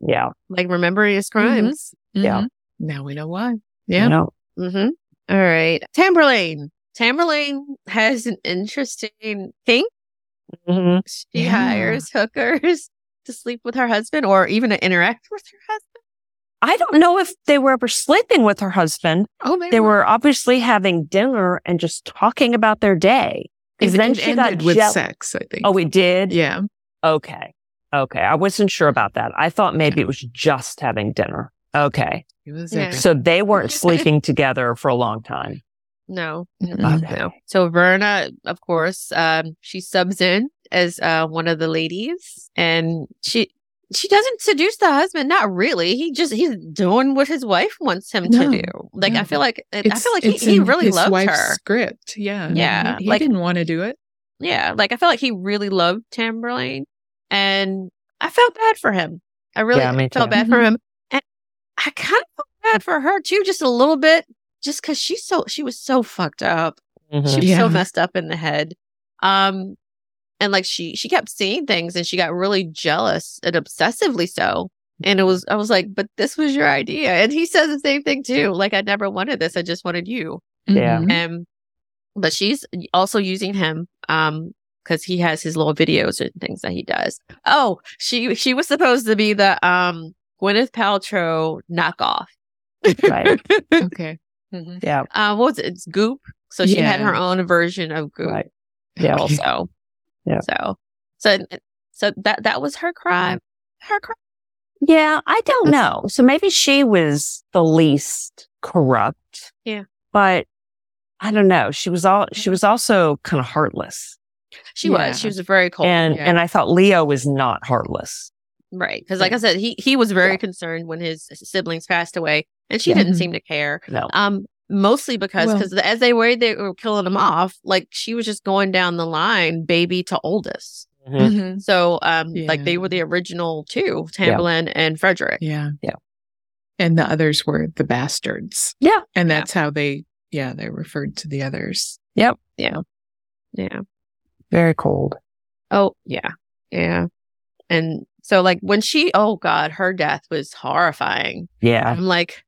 [SPEAKER 2] Yeah.
[SPEAKER 3] like remembering his
[SPEAKER 2] Mm-hmm.
[SPEAKER 3] crimes.
[SPEAKER 2] Yeah.
[SPEAKER 1] Mhm. Now we know why.
[SPEAKER 2] You
[SPEAKER 1] Yeah.
[SPEAKER 2] know,
[SPEAKER 3] Mm-hmm. All right. Tamberlane. Tamberlane has an interesting thing.
[SPEAKER 2] Mhm.
[SPEAKER 3] She
[SPEAKER 1] Yeah.
[SPEAKER 3] hires hookers to sleep with her husband or even to interact with her husband.
[SPEAKER 2] I don't know if they were ever sleeping with her husband.
[SPEAKER 3] Oh, maybe
[SPEAKER 2] They were obviously having dinner and just talking about their day. Because
[SPEAKER 1] It-
[SPEAKER 2] then
[SPEAKER 1] it
[SPEAKER 2] she got
[SPEAKER 1] ended with
[SPEAKER 2] jeal-
[SPEAKER 1] sex, I think.
[SPEAKER 2] Oh, it did?
[SPEAKER 1] yeah.
[SPEAKER 2] Okay. Okay. I wasn't sure about that. I thought maybe it was just having dinner. Okay.
[SPEAKER 1] It was
[SPEAKER 3] Yeah.
[SPEAKER 1] everything.
[SPEAKER 2] So they weren't sleeping together for a long time.
[SPEAKER 3] No.
[SPEAKER 1] Mhm.
[SPEAKER 2] Okay.
[SPEAKER 3] No. So Verna, of course, um, she subs in as uh, one of the ladies and she she doesn't seduce the husband, not really. He just he's doing what his wife wants him
[SPEAKER 1] No.
[SPEAKER 3] to do. Like I
[SPEAKER 1] No.
[SPEAKER 3] feel like I feel like he,
[SPEAKER 1] it's
[SPEAKER 3] he
[SPEAKER 1] in
[SPEAKER 3] really
[SPEAKER 1] his
[SPEAKER 3] loved
[SPEAKER 1] wife's
[SPEAKER 3] her.
[SPEAKER 1] Script, yeah,
[SPEAKER 3] Yeah,
[SPEAKER 1] He, he
[SPEAKER 3] like-
[SPEAKER 1] didn't want to do it.
[SPEAKER 3] yeah, like I felt like he really loved Tamberlane, and I felt bad for him. I really
[SPEAKER 2] Yeah, me
[SPEAKER 3] felt
[SPEAKER 2] too.
[SPEAKER 3] bad for
[SPEAKER 1] Mm-hmm.
[SPEAKER 3] him, and I kind of felt bad for her too, just a little bit, just because she's so she was so fucked up. She
[SPEAKER 2] Mhm.
[SPEAKER 3] was
[SPEAKER 1] Yeah.
[SPEAKER 3] so messed up in the head, um, and like she she kept seeing things, and she got really jealous and obsessively so. And it was I was like, but this was your idea, and he says the same thing too. Like I never wanted this, I just wanted you
[SPEAKER 2] Yeah.
[SPEAKER 1] Mhm.
[SPEAKER 3] um but she's also using him um because he has his little videos and things that he does oh she she was supposed to be the um gwyneth paltrow knockoff
[SPEAKER 2] Right.
[SPEAKER 1] okay, Mhm.
[SPEAKER 2] Yeah.
[SPEAKER 3] uh what was it it's goop so she had her
[SPEAKER 1] Yeah.
[SPEAKER 3] own version of goop
[SPEAKER 2] Right. Yeah.
[SPEAKER 1] Okay.
[SPEAKER 3] also
[SPEAKER 2] Yeah.
[SPEAKER 3] so so so that that was her crime her crime
[SPEAKER 2] Yeah. I don't know. So maybe she was the least corrupt.
[SPEAKER 3] Yeah.
[SPEAKER 2] But I don't know. She was all, she was also kind of heartless.
[SPEAKER 3] she
[SPEAKER 1] Yeah.
[SPEAKER 3] was she was very cold
[SPEAKER 2] And,
[SPEAKER 1] yeah.
[SPEAKER 2] and I thought Leo was not heartless.
[SPEAKER 3] right because like i said he he was very concerned when his siblings passed away and she
[SPEAKER 2] Yeah.
[SPEAKER 3] didn't
[SPEAKER 1] Mhm.
[SPEAKER 3] seem to care
[SPEAKER 2] No.
[SPEAKER 3] Um, mostly because
[SPEAKER 1] Well-
[SPEAKER 3] because as they worried they were killing him off, like she was just going down the line, baby to oldest.
[SPEAKER 2] Mhm.
[SPEAKER 1] Mhm.
[SPEAKER 3] So um, like they
[SPEAKER 1] Yeah.
[SPEAKER 3] were the original two, Tamlin and Frederick.
[SPEAKER 1] yeah,
[SPEAKER 2] Yeah.
[SPEAKER 1] And the others were the bastards.
[SPEAKER 2] Yeah.
[SPEAKER 1] and that's how they, yeah, they referred to the others.
[SPEAKER 3] Yeah.
[SPEAKER 2] Very cold.
[SPEAKER 3] Oh yeah, yeah. And so like when she, oh god, her death was horrifying.
[SPEAKER 2] Yeah.
[SPEAKER 3] I'm like,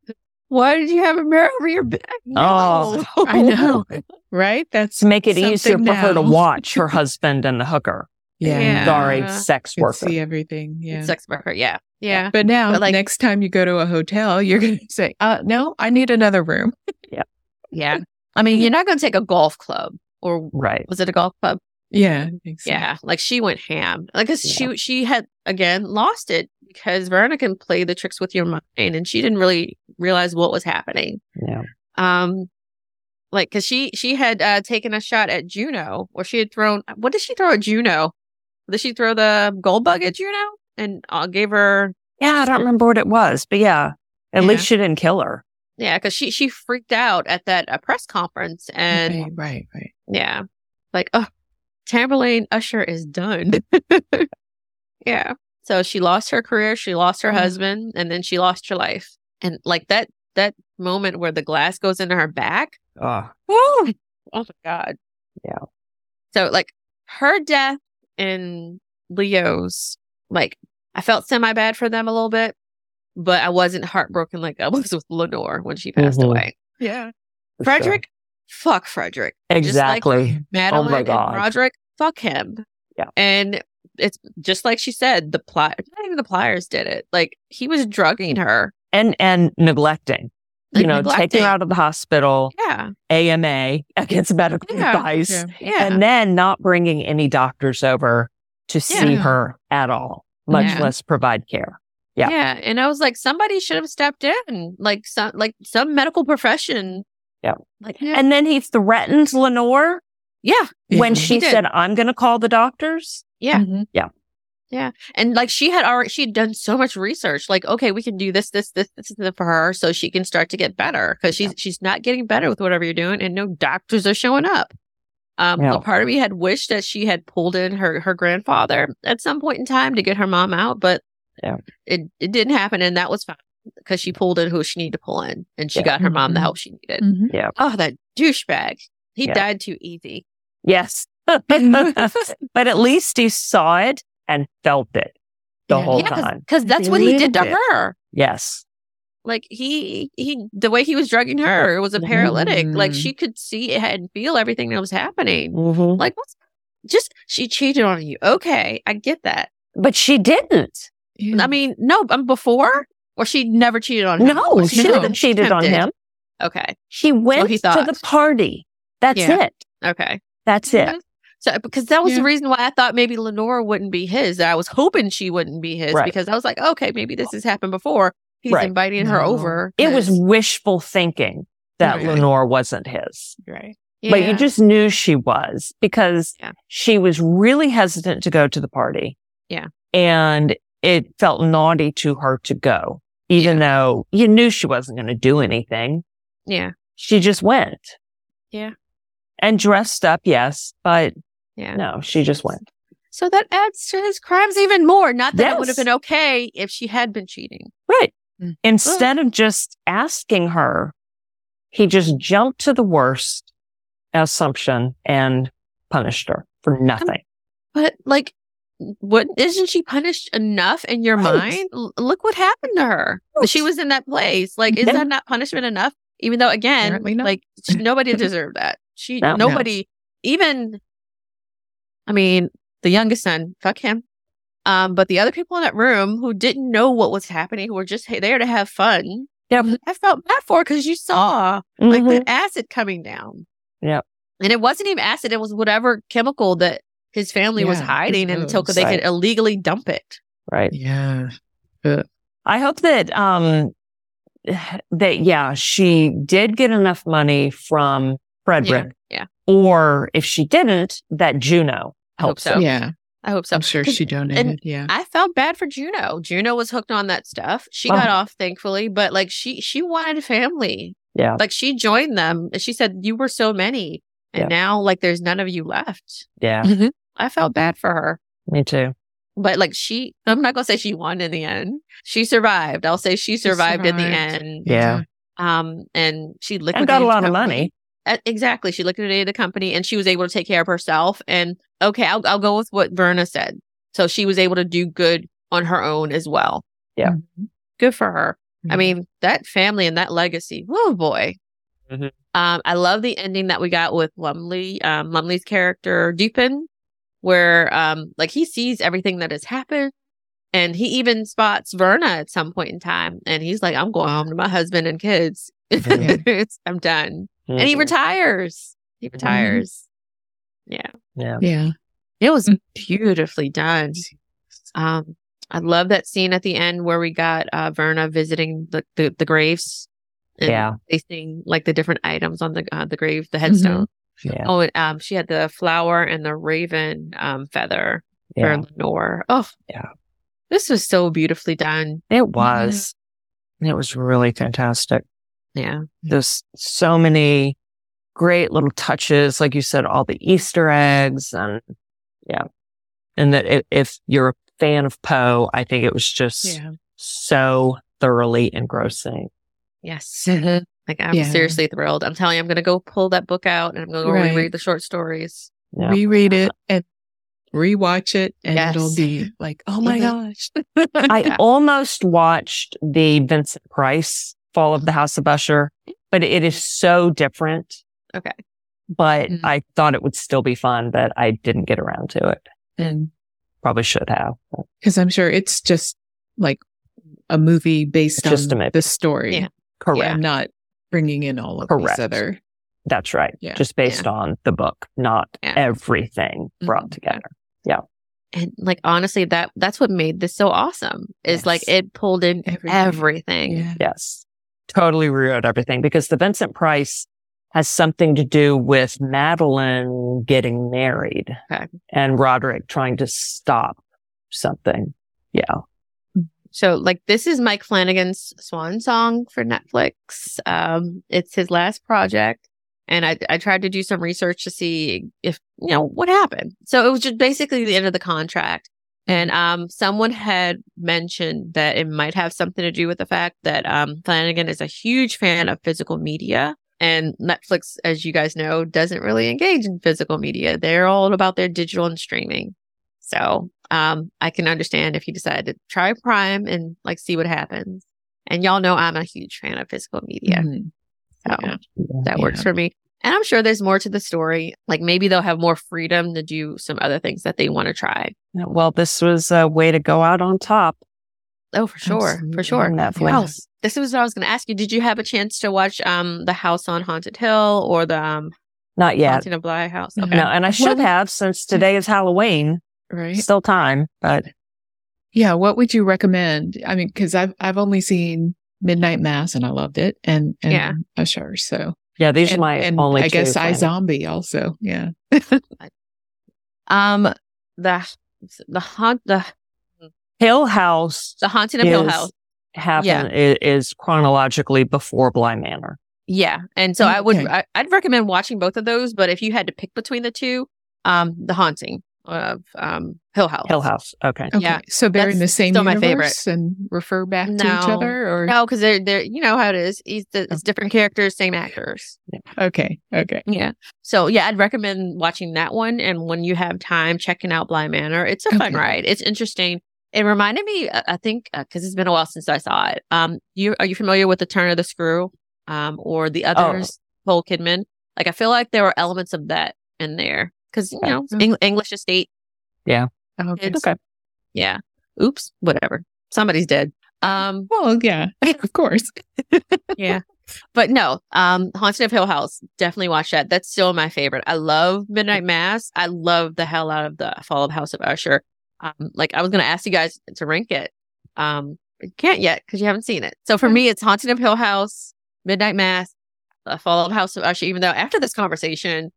[SPEAKER 3] why did you have a mirror over your back?
[SPEAKER 2] Oh,
[SPEAKER 3] No.
[SPEAKER 1] I know, right? That's
[SPEAKER 2] to make it easier for
[SPEAKER 1] Something
[SPEAKER 2] her to
[SPEAKER 1] now.
[SPEAKER 2] watch her husband and the hooker.
[SPEAKER 1] yeah.
[SPEAKER 3] Yeah.
[SPEAKER 2] Sorry, sex
[SPEAKER 1] You could
[SPEAKER 2] worker.
[SPEAKER 1] see everything. Yeah.
[SPEAKER 3] Sex worker. Yeah. Yeah.
[SPEAKER 1] But now,
[SPEAKER 3] But, like-
[SPEAKER 1] next time you go to a hotel, you're going to say, uh, no, I need another room.
[SPEAKER 3] Yeah. I mean, you're not gonna take a golf club or
[SPEAKER 2] Right.
[SPEAKER 3] was it a golf club?
[SPEAKER 1] Yeah. Exactly.
[SPEAKER 3] Yeah, like she went ham. Like 'cause
[SPEAKER 2] Yeah.
[SPEAKER 3] she she had again lost it because Verona can play the tricks with your mind, and she didn't really realize what was happening.
[SPEAKER 2] Yeah.
[SPEAKER 3] Um, like because she she had uh, taken a shot at Juno, or she had thrown. What did she throw at Juno? Did she throw the gold bug at Juno and uh, gave her?
[SPEAKER 2] Yeah, I don't remember what it was, but yeah, at
[SPEAKER 3] Yeah.
[SPEAKER 2] least she didn't kill her.
[SPEAKER 3] Yeah, because she she freaked out at that uh, press conference, and
[SPEAKER 1] right, right, right.
[SPEAKER 3] yeah, like oh, Tamberlane Usher is done. yeah, so she lost her career, she lost her
[SPEAKER 1] Mhm.
[SPEAKER 3] husband, and then she lost her life, and like that that moment where the glass goes into her back.
[SPEAKER 2] Oh,
[SPEAKER 3] Woo! Oh my god.
[SPEAKER 2] Yeah.
[SPEAKER 3] So like her death in Leo's, like I felt semi bad for them a little bit, but I wasn't heartbroken like I was with Lenore when she passed
[SPEAKER 2] Mhm.
[SPEAKER 3] away.
[SPEAKER 1] Yeah.
[SPEAKER 3] Frederick, fuck Frederick.
[SPEAKER 2] Exactly.
[SPEAKER 3] Madeline and
[SPEAKER 2] Oh God.
[SPEAKER 3] Roderick, fuck him.
[SPEAKER 2] Yeah.
[SPEAKER 3] And it's just like she said, the plot not even the pliers did it. Like he was drugging her.
[SPEAKER 2] and and neglecting. You
[SPEAKER 3] and
[SPEAKER 2] know, taking
[SPEAKER 3] neglecting.
[SPEAKER 2] her out of the hospital,
[SPEAKER 3] Yeah.
[SPEAKER 2] AMA against medical
[SPEAKER 3] Yeah,
[SPEAKER 2] advice,
[SPEAKER 1] yeah.
[SPEAKER 3] Yeah.
[SPEAKER 2] and then not bringing any doctors over to see
[SPEAKER 1] Yeah.
[SPEAKER 2] her at all, much
[SPEAKER 3] Yeah.
[SPEAKER 2] less provide care. Yeah.
[SPEAKER 3] Yeah. And I was like, somebody should have stepped in, like some like some medical profession.
[SPEAKER 2] Yeah.
[SPEAKER 3] Like
[SPEAKER 2] And then he threatened Lenore
[SPEAKER 3] yeah,
[SPEAKER 2] when
[SPEAKER 1] Yeah.
[SPEAKER 2] she
[SPEAKER 3] did.
[SPEAKER 2] said, "I'm going to call the doctors."
[SPEAKER 3] yeah.
[SPEAKER 1] Mhm.
[SPEAKER 3] And like she had already she'd done so much research. Like, okay, we can do this, this, this, this and this for her so she can start to get better. Cause she's she's not getting better with whatever you're doing and no doctors are showing up. Um
[SPEAKER 2] No.
[SPEAKER 3] a part of me had wished that she had pulled in her her grandfather at some point in time to get her mom out, but
[SPEAKER 2] Yeah.
[SPEAKER 3] it, it didn't happen and that was fine because she pulled in who she needed to pull in and she
[SPEAKER 2] Yeah. Mm-hmm.
[SPEAKER 3] got her mom the
[SPEAKER 1] Mhm.
[SPEAKER 3] help she needed.
[SPEAKER 1] Mhm.
[SPEAKER 3] Oh, that douchebag. He
[SPEAKER 2] Yeah.
[SPEAKER 3] died too easy.
[SPEAKER 2] Yes, but at least he saw it and felt it the
[SPEAKER 1] Yeah.
[SPEAKER 2] whole
[SPEAKER 3] yeah,
[SPEAKER 2] time.
[SPEAKER 3] because that's what he did to
[SPEAKER 2] Believed it.
[SPEAKER 3] her.
[SPEAKER 2] Yes,
[SPEAKER 3] Like he he the way he was drugging her, it was a paralytic. Like
[SPEAKER 2] Mm-hmm.
[SPEAKER 1] Mhm.
[SPEAKER 3] she could see it and feel everything that was happening.
[SPEAKER 2] Mhm.
[SPEAKER 3] Like what's just she cheated on you. Okay, I get that.
[SPEAKER 2] but she didn't.
[SPEAKER 1] Yeah.
[SPEAKER 3] I mean, no, um, before or she never cheated on him.
[SPEAKER 2] No,
[SPEAKER 3] Or
[SPEAKER 2] she
[SPEAKER 1] No.
[SPEAKER 2] didn't cheated on
[SPEAKER 3] Tempted.
[SPEAKER 2] him.
[SPEAKER 3] Okay,
[SPEAKER 2] He went
[SPEAKER 3] he
[SPEAKER 2] to the
[SPEAKER 3] thought.
[SPEAKER 2] party. That's
[SPEAKER 3] Yeah. Mm-hmm.
[SPEAKER 2] it.
[SPEAKER 3] okay,
[SPEAKER 2] That's it.
[SPEAKER 3] So because that was
[SPEAKER 1] Yeah.
[SPEAKER 3] the reason why I thought maybe Lenora wouldn't be his. I was hoping she wouldn't be his
[SPEAKER 2] Right.
[SPEAKER 3] because I was like, okay, maybe this has happened before. He's
[SPEAKER 2] Right.
[SPEAKER 3] inviting her
[SPEAKER 1] No.
[SPEAKER 3] over.
[SPEAKER 2] It was
[SPEAKER 3] 'cause-
[SPEAKER 2] wishful thinking that
[SPEAKER 1] Right.
[SPEAKER 2] Lenore wasn't his,
[SPEAKER 1] right.
[SPEAKER 2] but you
[SPEAKER 3] Yeah.
[SPEAKER 2] just knew she was because
[SPEAKER 3] Yeah.
[SPEAKER 2] she was really hesitant to go to the party.
[SPEAKER 3] Yeah.
[SPEAKER 2] And it felt naughty to her to go, even though you knew she wasn't going to do anything.
[SPEAKER 3] yeah.
[SPEAKER 2] She just went.
[SPEAKER 3] Yeah.
[SPEAKER 2] And dressed up, yes, but
[SPEAKER 3] Yeah.
[SPEAKER 2] no, she just went.
[SPEAKER 3] So that adds to his crimes even more. Not that it would have
[SPEAKER 2] Yes.
[SPEAKER 3] been okay if she had been cheating.
[SPEAKER 2] Right.
[SPEAKER 1] Mm.
[SPEAKER 2] Instead of just asking her, he just jumped to the worst assumption and punished her for nothing.
[SPEAKER 3] But like, what isn't she punished enough in your
[SPEAKER 2] Right.
[SPEAKER 3] mind? L- look what happened to her.
[SPEAKER 2] Right.
[SPEAKER 3] She was in that place. Like, is
[SPEAKER 2] Yeah.
[SPEAKER 3] that not punishment enough? Even though, again,
[SPEAKER 1] Apparently not.
[SPEAKER 3] like she- nobody deserved that. She
[SPEAKER 2] No. No.
[SPEAKER 3] nobody even. I mean, the youngest son, fuck him. Um, but the other people in that room who didn't know what was happening, who were just h- there to have fun,
[SPEAKER 2] Yep.
[SPEAKER 3] I felt bad for because you saw
[SPEAKER 2] Mhm.
[SPEAKER 3] like
[SPEAKER 1] Mm-hmm.
[SPEAKER 3] the acid coming down.
[SPEAKER 2] Yep.
[SPEAKER 3] And it wasn't even acid; it was whatever chemical that his family was
[SPEAKER 1] Yeah, his
[SPEAKER 3] hiding until
[SPEAKER 1] moves.
[SPEAKER 3] they
[SPEAKER 2] Right.
[SPEAKER 3] could illegally dump it.
[SPEAKER 2] right.
[SPEAKER 1] Yeah.
[SPEAKER 2] I hope that um that yeah, she did get enough money from Frederick.
[SPEAKER 3] yeah.
[SPEAKER 2] Or if she didn't, that Juno
[SPEAKER 3] hope
[SPEAKER 2] helps
[SPEAKER 3] so.
[SPEAKER 2] her.
[SPEAKER 1] Yeah.
[SPEAKER 3] I hope Oh, so.
[SPEAKER 1] I'm sure
[SPEAKER 3] 'Cause
[SPEAKER 1] she donated. yeah.
[SPEAKER 3] I felt bad for Juno. Juno was hooked on that stuff. She got
[SPEAKER 2] Oh.
[SPEAKER 1] Uh-huh.
[SPEAKER 3] off thankfully, but like she she wanted family.
[SPEAKER 2] Yeah.
[SPEAKER 3] Like she joined them. and She said, "You were so many, and
[SPEAKER 2] Yeah.
[SPEAKER 3] now like there's none of you left."
[SPEAKER 2] Yeah,
[SPEAKER 3] I felt bad for her.
[SPEAKER 2] me too.
[SPEAKER 3] But like she, I'm not gonna say she won in the end. She survived. I'll say she survived, in the
[SPEAKER 1] survived.
[SPEAKER 3] end.
[SPEAKER 2] Yeah.
[SPEAKER 3] um, and she liquidated.
[SPEAKER 2] And got a lot
[SPEAKER 3] the
[SPEAKER 2] of
[SPEAKER 3] company.
[SPEAKER 2] money.
[SPEAKER 3] Uh, Exactly, she liquidated the company, and she was able to take care of herself. And okay, I'll I'll go with what Verna said. So she was able to do good on her own as well.
[SPEAKER 2] Yeah.
[SPEAKER 1] Mhm.
[SPEAKER 3] Good for her. I
[SPEAKER 1] Mhm.
[SPEAKER 3] mean, that family and that legacy. Whoa, boy.
[SPEAKER 2] Mhm.
[SPEAKER 3] Um, I love the ending that we got with Lumley, um, Lumley's character Dupin, where um, like he sees everything that has happened, and he even spots Verna at some point in time, and he's like, "I'm going home to my husband and kids.
[SPEAKER 2] Mhm.
[SPEAKER 3] It's- I'm done." And he
[SPEAKER 2] Mm-hmm.
[SPEAKER 3] retires. He retires.
[SPEAKER 2] Yeah.
[SPEAKER 1] Yeah.
[SPEAKER 3] It was
[SPEAKER 2] Mm.
[SPEAKER 1] Mhm.
[SPEAKER 3] beautifully done. Um, I love that scene at the end where we got uh, Verna visiting the, the the graves and
[SPEAKER 2] Yeah.
[SPEAKER 3] Tasting like the different items on the uh, the grave, the headstone.
[SPEAKER 2] Mm-hmm. Yeah.
[SPEAKER 3] Oh, and um, she had the flower and the raven um feather
[SPEAKER 2] yeah.
[SPEAKER 3] for Lenore. Oh,
[SPEAKER 2] Yeah.
[SPEAKER 3] This was so beautifully done.
[SPEAKER 2] It was. It was really fantastic.
[SPEAKER 3] Yeah.
[SPEAKER 2] There's so many great little touches, like you said, all the Easter eggs and yeah. And that i if you're a fan of Poe, I think it was just
[SPEAKER 1] Yeah.
[SPEAKER 2] so thoroughly engrossing.
[SPEAKER 3] Yes. Like I'm
[SPEAKER 1] Yeah.
[SPEAKER 3] seriously thrilled. I'm telling you, I'm gonna go pull that book out and I'm gonna go
[SPEAKER 1] Right.
[SPEAKER 3] reread the short stories.
[SPEAKER 2] Yeah.
[SPEAKER 1] Reread it and rewatch it, and
[SPEAKER 3] Yes. Mm-hmm.
[SPEAKER 1] it'll be like, oh my gosh.
[SPEAKER 2] I almost watched the Vincent Price Fall of the House of Usher, but it is so different.
[SPEAKER 3] Okay. Mm.
[SPEAKER 2] But
[SPEAKER 1] Mhm.
[SPEAKER 2] I thought it would still be fun, but I didn't get around to it.
[SPEAKER 1] and
[SPEAKER 2] Probably should have.
[SPEAKER 1] because I'm sure it's just like a movie based
[SPEAKER 2] It's just a
[SPEAKER 1] on
[SPEAKER 2] movie.
[SPEAKER 1] the story.
[SPEAKER 3] Yeah.
[SPEAKER 2] Correct.
[SPEAKER 1] I'm not bringing in all of
[SPEAKER 2] Correct.
[SPEAKER 1] these other.
[SPEAKER 2] That's right.
[SPEAKER 1] Yeah.
[SPEAKER 2] Just based on the book, not
[SPEAKER 3] Yeah.
[SPEAKER 2] everything brought
[SPEAKER 1] Mhm.
[SPEAKER 2] together.
[SPEAKER 3] And like honestly, that that's what made this so awesome. Is like
[SPEAKER 2] Yes.
[SPEAKER 3] it pulled in
[SPEAKER 1] Everything.
[SPEAKER 3] everything.
[SPEAKER 1] Yeah.
[SPEAKER 2] Yes. Totally rewrote everything because the Vincent Price has something to do with Madeline getting married
[SPEAKER 3] Okay.
[SPEAKER 2] and Roderick trying to stop something. Yeah.
[SPEAKER 3] So like this is Mike Flanagan's swan song for Netflix. Um, it's his last project, and I I tried to do some research to see if you know what happened. So it was just basically the end of the contract, and um, someone had mentioned that it might have something to do with the fact that um Flanagan is a huge fan of physical media. And Netflix, as you guys know, doesn't really engage in physical media. They're all about their digital and streaming. So um, I can understand if he decided to try Prime and like see what happens. And y'all know I'm a huge fan of physical media,
[SPEAKER 1] Mhm.
[SPEAKER 3] so
[SPEAKER 1] Yeah.
[SPEAKER 3] that works
[SPEAKER 1] Yeah.
[SPEAKER 3] for me. And I'm sure there's more to the story. Like maybe they'll have more freedom to do some other things that they want to try.
[SPEAKER 2] Well, this was a way to go out on top.
[SPEAKER 3] Oh, for sure, for
[SPEAKER 1] Absolutely.
[SPEAKER 3] sure.
[SPEAKER 2] on Netflix.
[SPEAKER 3] Wow, this is what I was going to ask you. Did you have a chance to watch um the House on Haunted Hill or the um
[SPEAKER 2] Not yet.
[SPEAKER 3] Haunting of Bly House?
[SPEAKER 1] No.
[SPEAKER 3] Okay.
[SPEAKER 2] No, and I should have since today is Halloween.
[SPEAKER 1] Right.
[SPEAKER 2] Still time, but
[SPEAKER 1] Yeah, what would you recommend? I mean, because I've I've only seen Midnight Mass and I loved it, and and
[SPEAKER 3] Yeah.
[SPEAKER 1] Usher. So
[SPEAKER 2] yeah, these
[SPEAKER 1] and,
[SPEAKER 2] are my
[SPEAKER 1] and
[SPEAKER 2] only.
[SPEAKER 1] I guess
[SPEAKER 2] two
[SPEAKER 1] I
[SPEAKER 2] friends.
[SPEAKER 1] Zombie also. Yeah,
[SPEAKER 3] Um, the the haunt the
[SPEAKER 2] Hill House
[SPEAKER 3] the Haunting of Hill
[SPEAKER 2] Yes.
[SPEAKER 3] House.
[SPEAKER 2] happened
[SPEAKER 3] Yeah.
[SPEAKER 2] i- is chronologically before Bly Manor.
[SPEAKER 3] Yeah, and so I would
[SPEAKER 1] Okay.
[SPEAKER 3] I, I'd recommend watching both of those. But if you had to pick between the two, um, The Haunting of um Hill House.
[SPEAKER 2] Hill House. Okay.
[SPEAKER 1] okay.
[SPEAKER 3] Yeah,
[SPEAKER 1] So they're in
[SPEAKER 3] that's
[SPEAKER 1] the same
[SPEAKER 3] still my
[SPEAKER 1] universe
[SPEAKER 3] favorite.
[SPEAKER 1] and refer back to each
[SPEAKER 3] No.
[SPEAKER 1] other, or
[SPEAKER 3] No, because they're they're you know how it is. He's the, it's different characters, same actors.
[SPEAKER 1] okay, okay,
[SPEAKER 3] Yeah. So yeah, I'd recommend watching that one. And when you have time, checking out Blind Manor. It's a fun
[SPEAKER 1] Okay.
[SPEAKER 3] ride. It's interesting. It reminded me, uh, I I think, because it's been a while since I saw it. Um, you are you familiar with the Turn of the Screw, um, or the others, Paul Kidman? Like I feel like there were elements of that in there because you
[SPEAKER 2] Okay.
[SPEAKER 3] know Eng- English estate.
[SPEAKER 1] okay.
[SPEAKER 3] It's-
[SPEAKER 2] Okay.
[SPEAKER 3] Yeah. Oops. Whatever. Somebody's dead. Um,
[SPEAKER 1] Well, yeah, of course.
[SPEAKER 3] yeah. But no, um, Haunted of Hill House, definitely watch that. That's still my favorite. I love Midnight Mass. I love the hell out of the Fall of House of Usher. Um, like I was gonna ask you guys to rank it. Um, but you can't yet because you haven't seen it. So for me, it's Haunted of Hill House, Midnight Mass, the Fall of House of Usher. Even though after this conversation,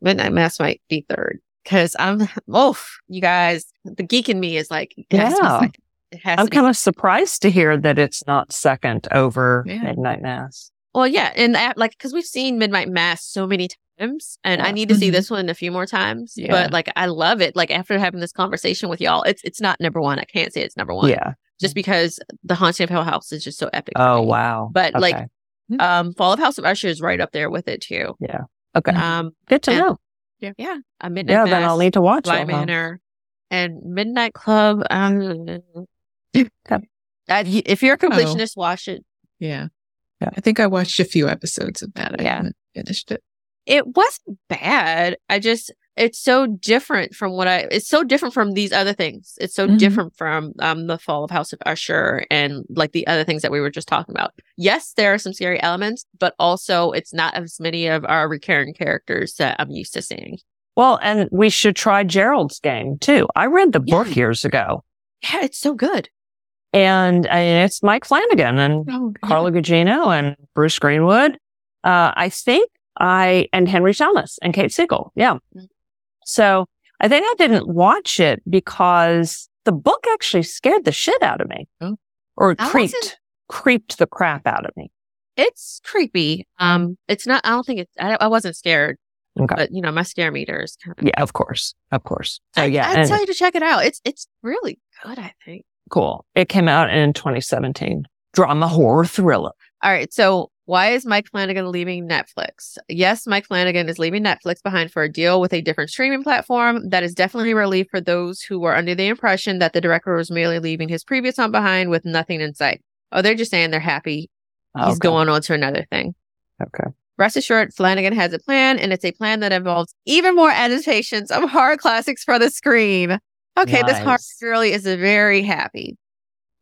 [SPEAKER 3] Midnight Mass might be third because I'm oh, you guys, the geek in me is like, it has to be
[SPEAKER 2] Yeah.
[SPEAKER 3] second. It has
[SPEAKER 2] I'm
[SPEAKER 3] to be
[SPEAKER 2] kind of surprised to hear that it's not second over
[SPEAKER 1] Yeah.
[SPEAKER 2] Midnight Mass.
[SPEAKER 3] Well, yeah, and that, like because we've seen Midnight Mass so many times, and I
[SPEAKER 2] Yeah. Mm-hmm.
[SPEAKER 3] need to see
[SPEAKER 1] Mhm.
[SPEAKER 3] this one a few more times.
[SPEAKER 2] Yeah.
[SPEAKER 3] But like, I love it. Like after having this conversation with y'all, it's it's not number one. I can't say it's number one.
[SPEAKER 2] Yeah.
[SPEAKER 3] just because the Haunting of Hill House is just so epic. for
[SPEAKER 2] Oh
[SPEAKER 3] me.
[SPEAKER 2] wow.
[SPEAKER 3] But, like,
[SPEAKER 2] Okay.
[SPEAKER 3] um, Fall of House of Usher is right up there with it too.
[SPEAKER 2] okay,
[SPEAKER 1] Mhm.
[SPEAKER 3] Um,
[SPEAKER 2] good to
[SPEAKER 3] and
[SPEAKER 2] know.
[SPEAKER 3] yeah, a Midnight
[SPEAKER 2] Yeah,
[SPEAKER 3] Mass,
[SPEAKER 2] then I'll need to watch
[SPEAKER 3] Bly
[SPEAKER 2] it. huh?
[SPEAKER 3] Manor, and Midnight Club. Um, I- if
[SPEAKER 2] Oh.
[SPEAKER 3] you're a completionist, watch it.
[SPEAKER 1] Yeah.
[SPEAKER 2] Yeah.
[SPEAKER 1] I think I watched a few episodes of that. I
[SPEAKER 3] Yeah.
[SPEAKER 1] haven't finished it.
[SPEAKER 3] it wasn't bad. I just it's so different from what I it's so different from these other things. It's so
[SPEAKER 2] Mm-hmm.
[SPEAKER 1] Mhm.
[SPEAKER 3] different from um the fall of House of Usher and like the other things that we were just talking about. Yes, there are some scary elements, but also it's not as many of our recurring characters that I'm used to seeing.
[SPEAKER 2] Well, and we should try Gerald's game too. I read the book
[SPEAKER 3] Yeah.
[SPEAKER 2] years ago.
[SPEAKER 3] Yeah, it's so good.
[SPEAKER 2] And, and it's Mike Flanagan and
[SPEAKER 1] Oh, yeah.
[SPEAKER 2] Carlo Gugino and Bruce Greenwood. Uh, I think I, and Henry Thomas and Kate Siegel. Yeah. So I think I didn't watch it because the book actually scared the shit out of me
[SPEAKER 1] Oh.
[SPEAKER 2] or
[SPEAKER 3] I wasn't-
[SPEAKER 2] creeped, creeped the crap out of me.
[SPEAKER 3] It's creepy. Um, it's not. I don't think it's. I, I wasn't scared,
[SPEAKER 2] Okay.
[SPEAKER 3] but you know, my scare meter is kind of.
[SPEAKER 2] Yeah, of course. Of course. So
[SPEAKER 3] I,
[SPEAKER 2] yeah.
[SPEAKER 3] I'd
[SPEAKER 2] and-
[SPEAKER 3] tell you to check it out. It's it's really good. I think.
[SPEAKER 2] cool. It came out in 2017. Drama horror thriller.
[SPEAKER 3] All right. So why is Mike Flanagan leaving Netflix? Yes, Mike Flanagan is leaving Netflix behind for a deal with a different streaming platform. That is definitely a relief for those who were under the impression that the director was merely leaving his previous one behind with nothing in sight. Oh, they're just saying they're happy. He's
[SPEAKER 2] Oh, Okay.
[SPEAKER 3] going on to another thing.
[SPEAKER 2] Okay.
[SPEAKER 3] Rest assured, Flanagan has a plan, and it's a plan that involves even more adaptations of horror classics for the screen. Okay, this horror
[SPEAKER 2] Nice.
[SPEAKER 3] really is very happy.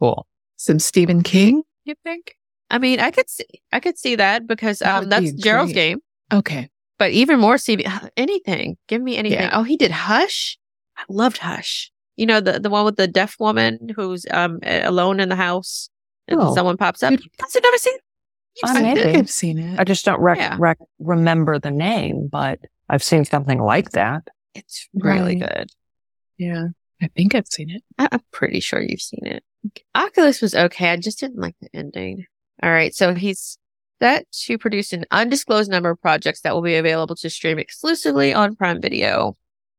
[SPEAKER 2] Cool.
[SPEAKER 1] Some Stephen King.
[SPEAKER 3] You think? I mean, I could see, I could see that because
[SPEAKER 1] That
[SPEAKER 3] um,
[SPEAKER 1] would
[SPEAKER 3] that's
[SPEAKER 1] be
[SPEAKER 3] Gerald's
[SPEAKER 1] great.
[SPEAKER 3] game.
[SPEAKER 1] Okay.
[SPEAKER 3] But even more, Stevie, anything. Give me anything.
[SPEAKER 1] Yeah.
[SPEAKER 3] Oh, he did Hush. I loved Hush. You know the the one with the deaf woman who's um a- alone in the house and
[SPEAKER 2] Oh.
[SPEAKER 3] someone pops up.
[SPEAKER 1] Good.
[SPEAKER 3] That's you never seen. You've
[SPEAKER 2] Oh,
[SPEAKER 3] seen
[SPEAKER 1] I
[SPEAKER 3] it.
[SPEAKER 1] think
[SPEAKER 2] maybe.
[SPEAKER 1] I've seen it.
[SPEAKER 2] I just don't rec-
[SPEAKER 3] Yeah.
[SPEAKER 2] rec- remember the name, but I've seen something like that.
[SPEAKER 3] It's really
[SPEAKER 1] Right.
[SPEAKER 3] good.
[SPEAKER 1] yeah. I think I've seen it.
[SPEAKER 3] I- I'm pretty sure you've seen it. Oculus was okay. I just didn't like the ending. All right. So he's set to produce an undisclosed number of projects that will be available to stream exclusively on Prime Video.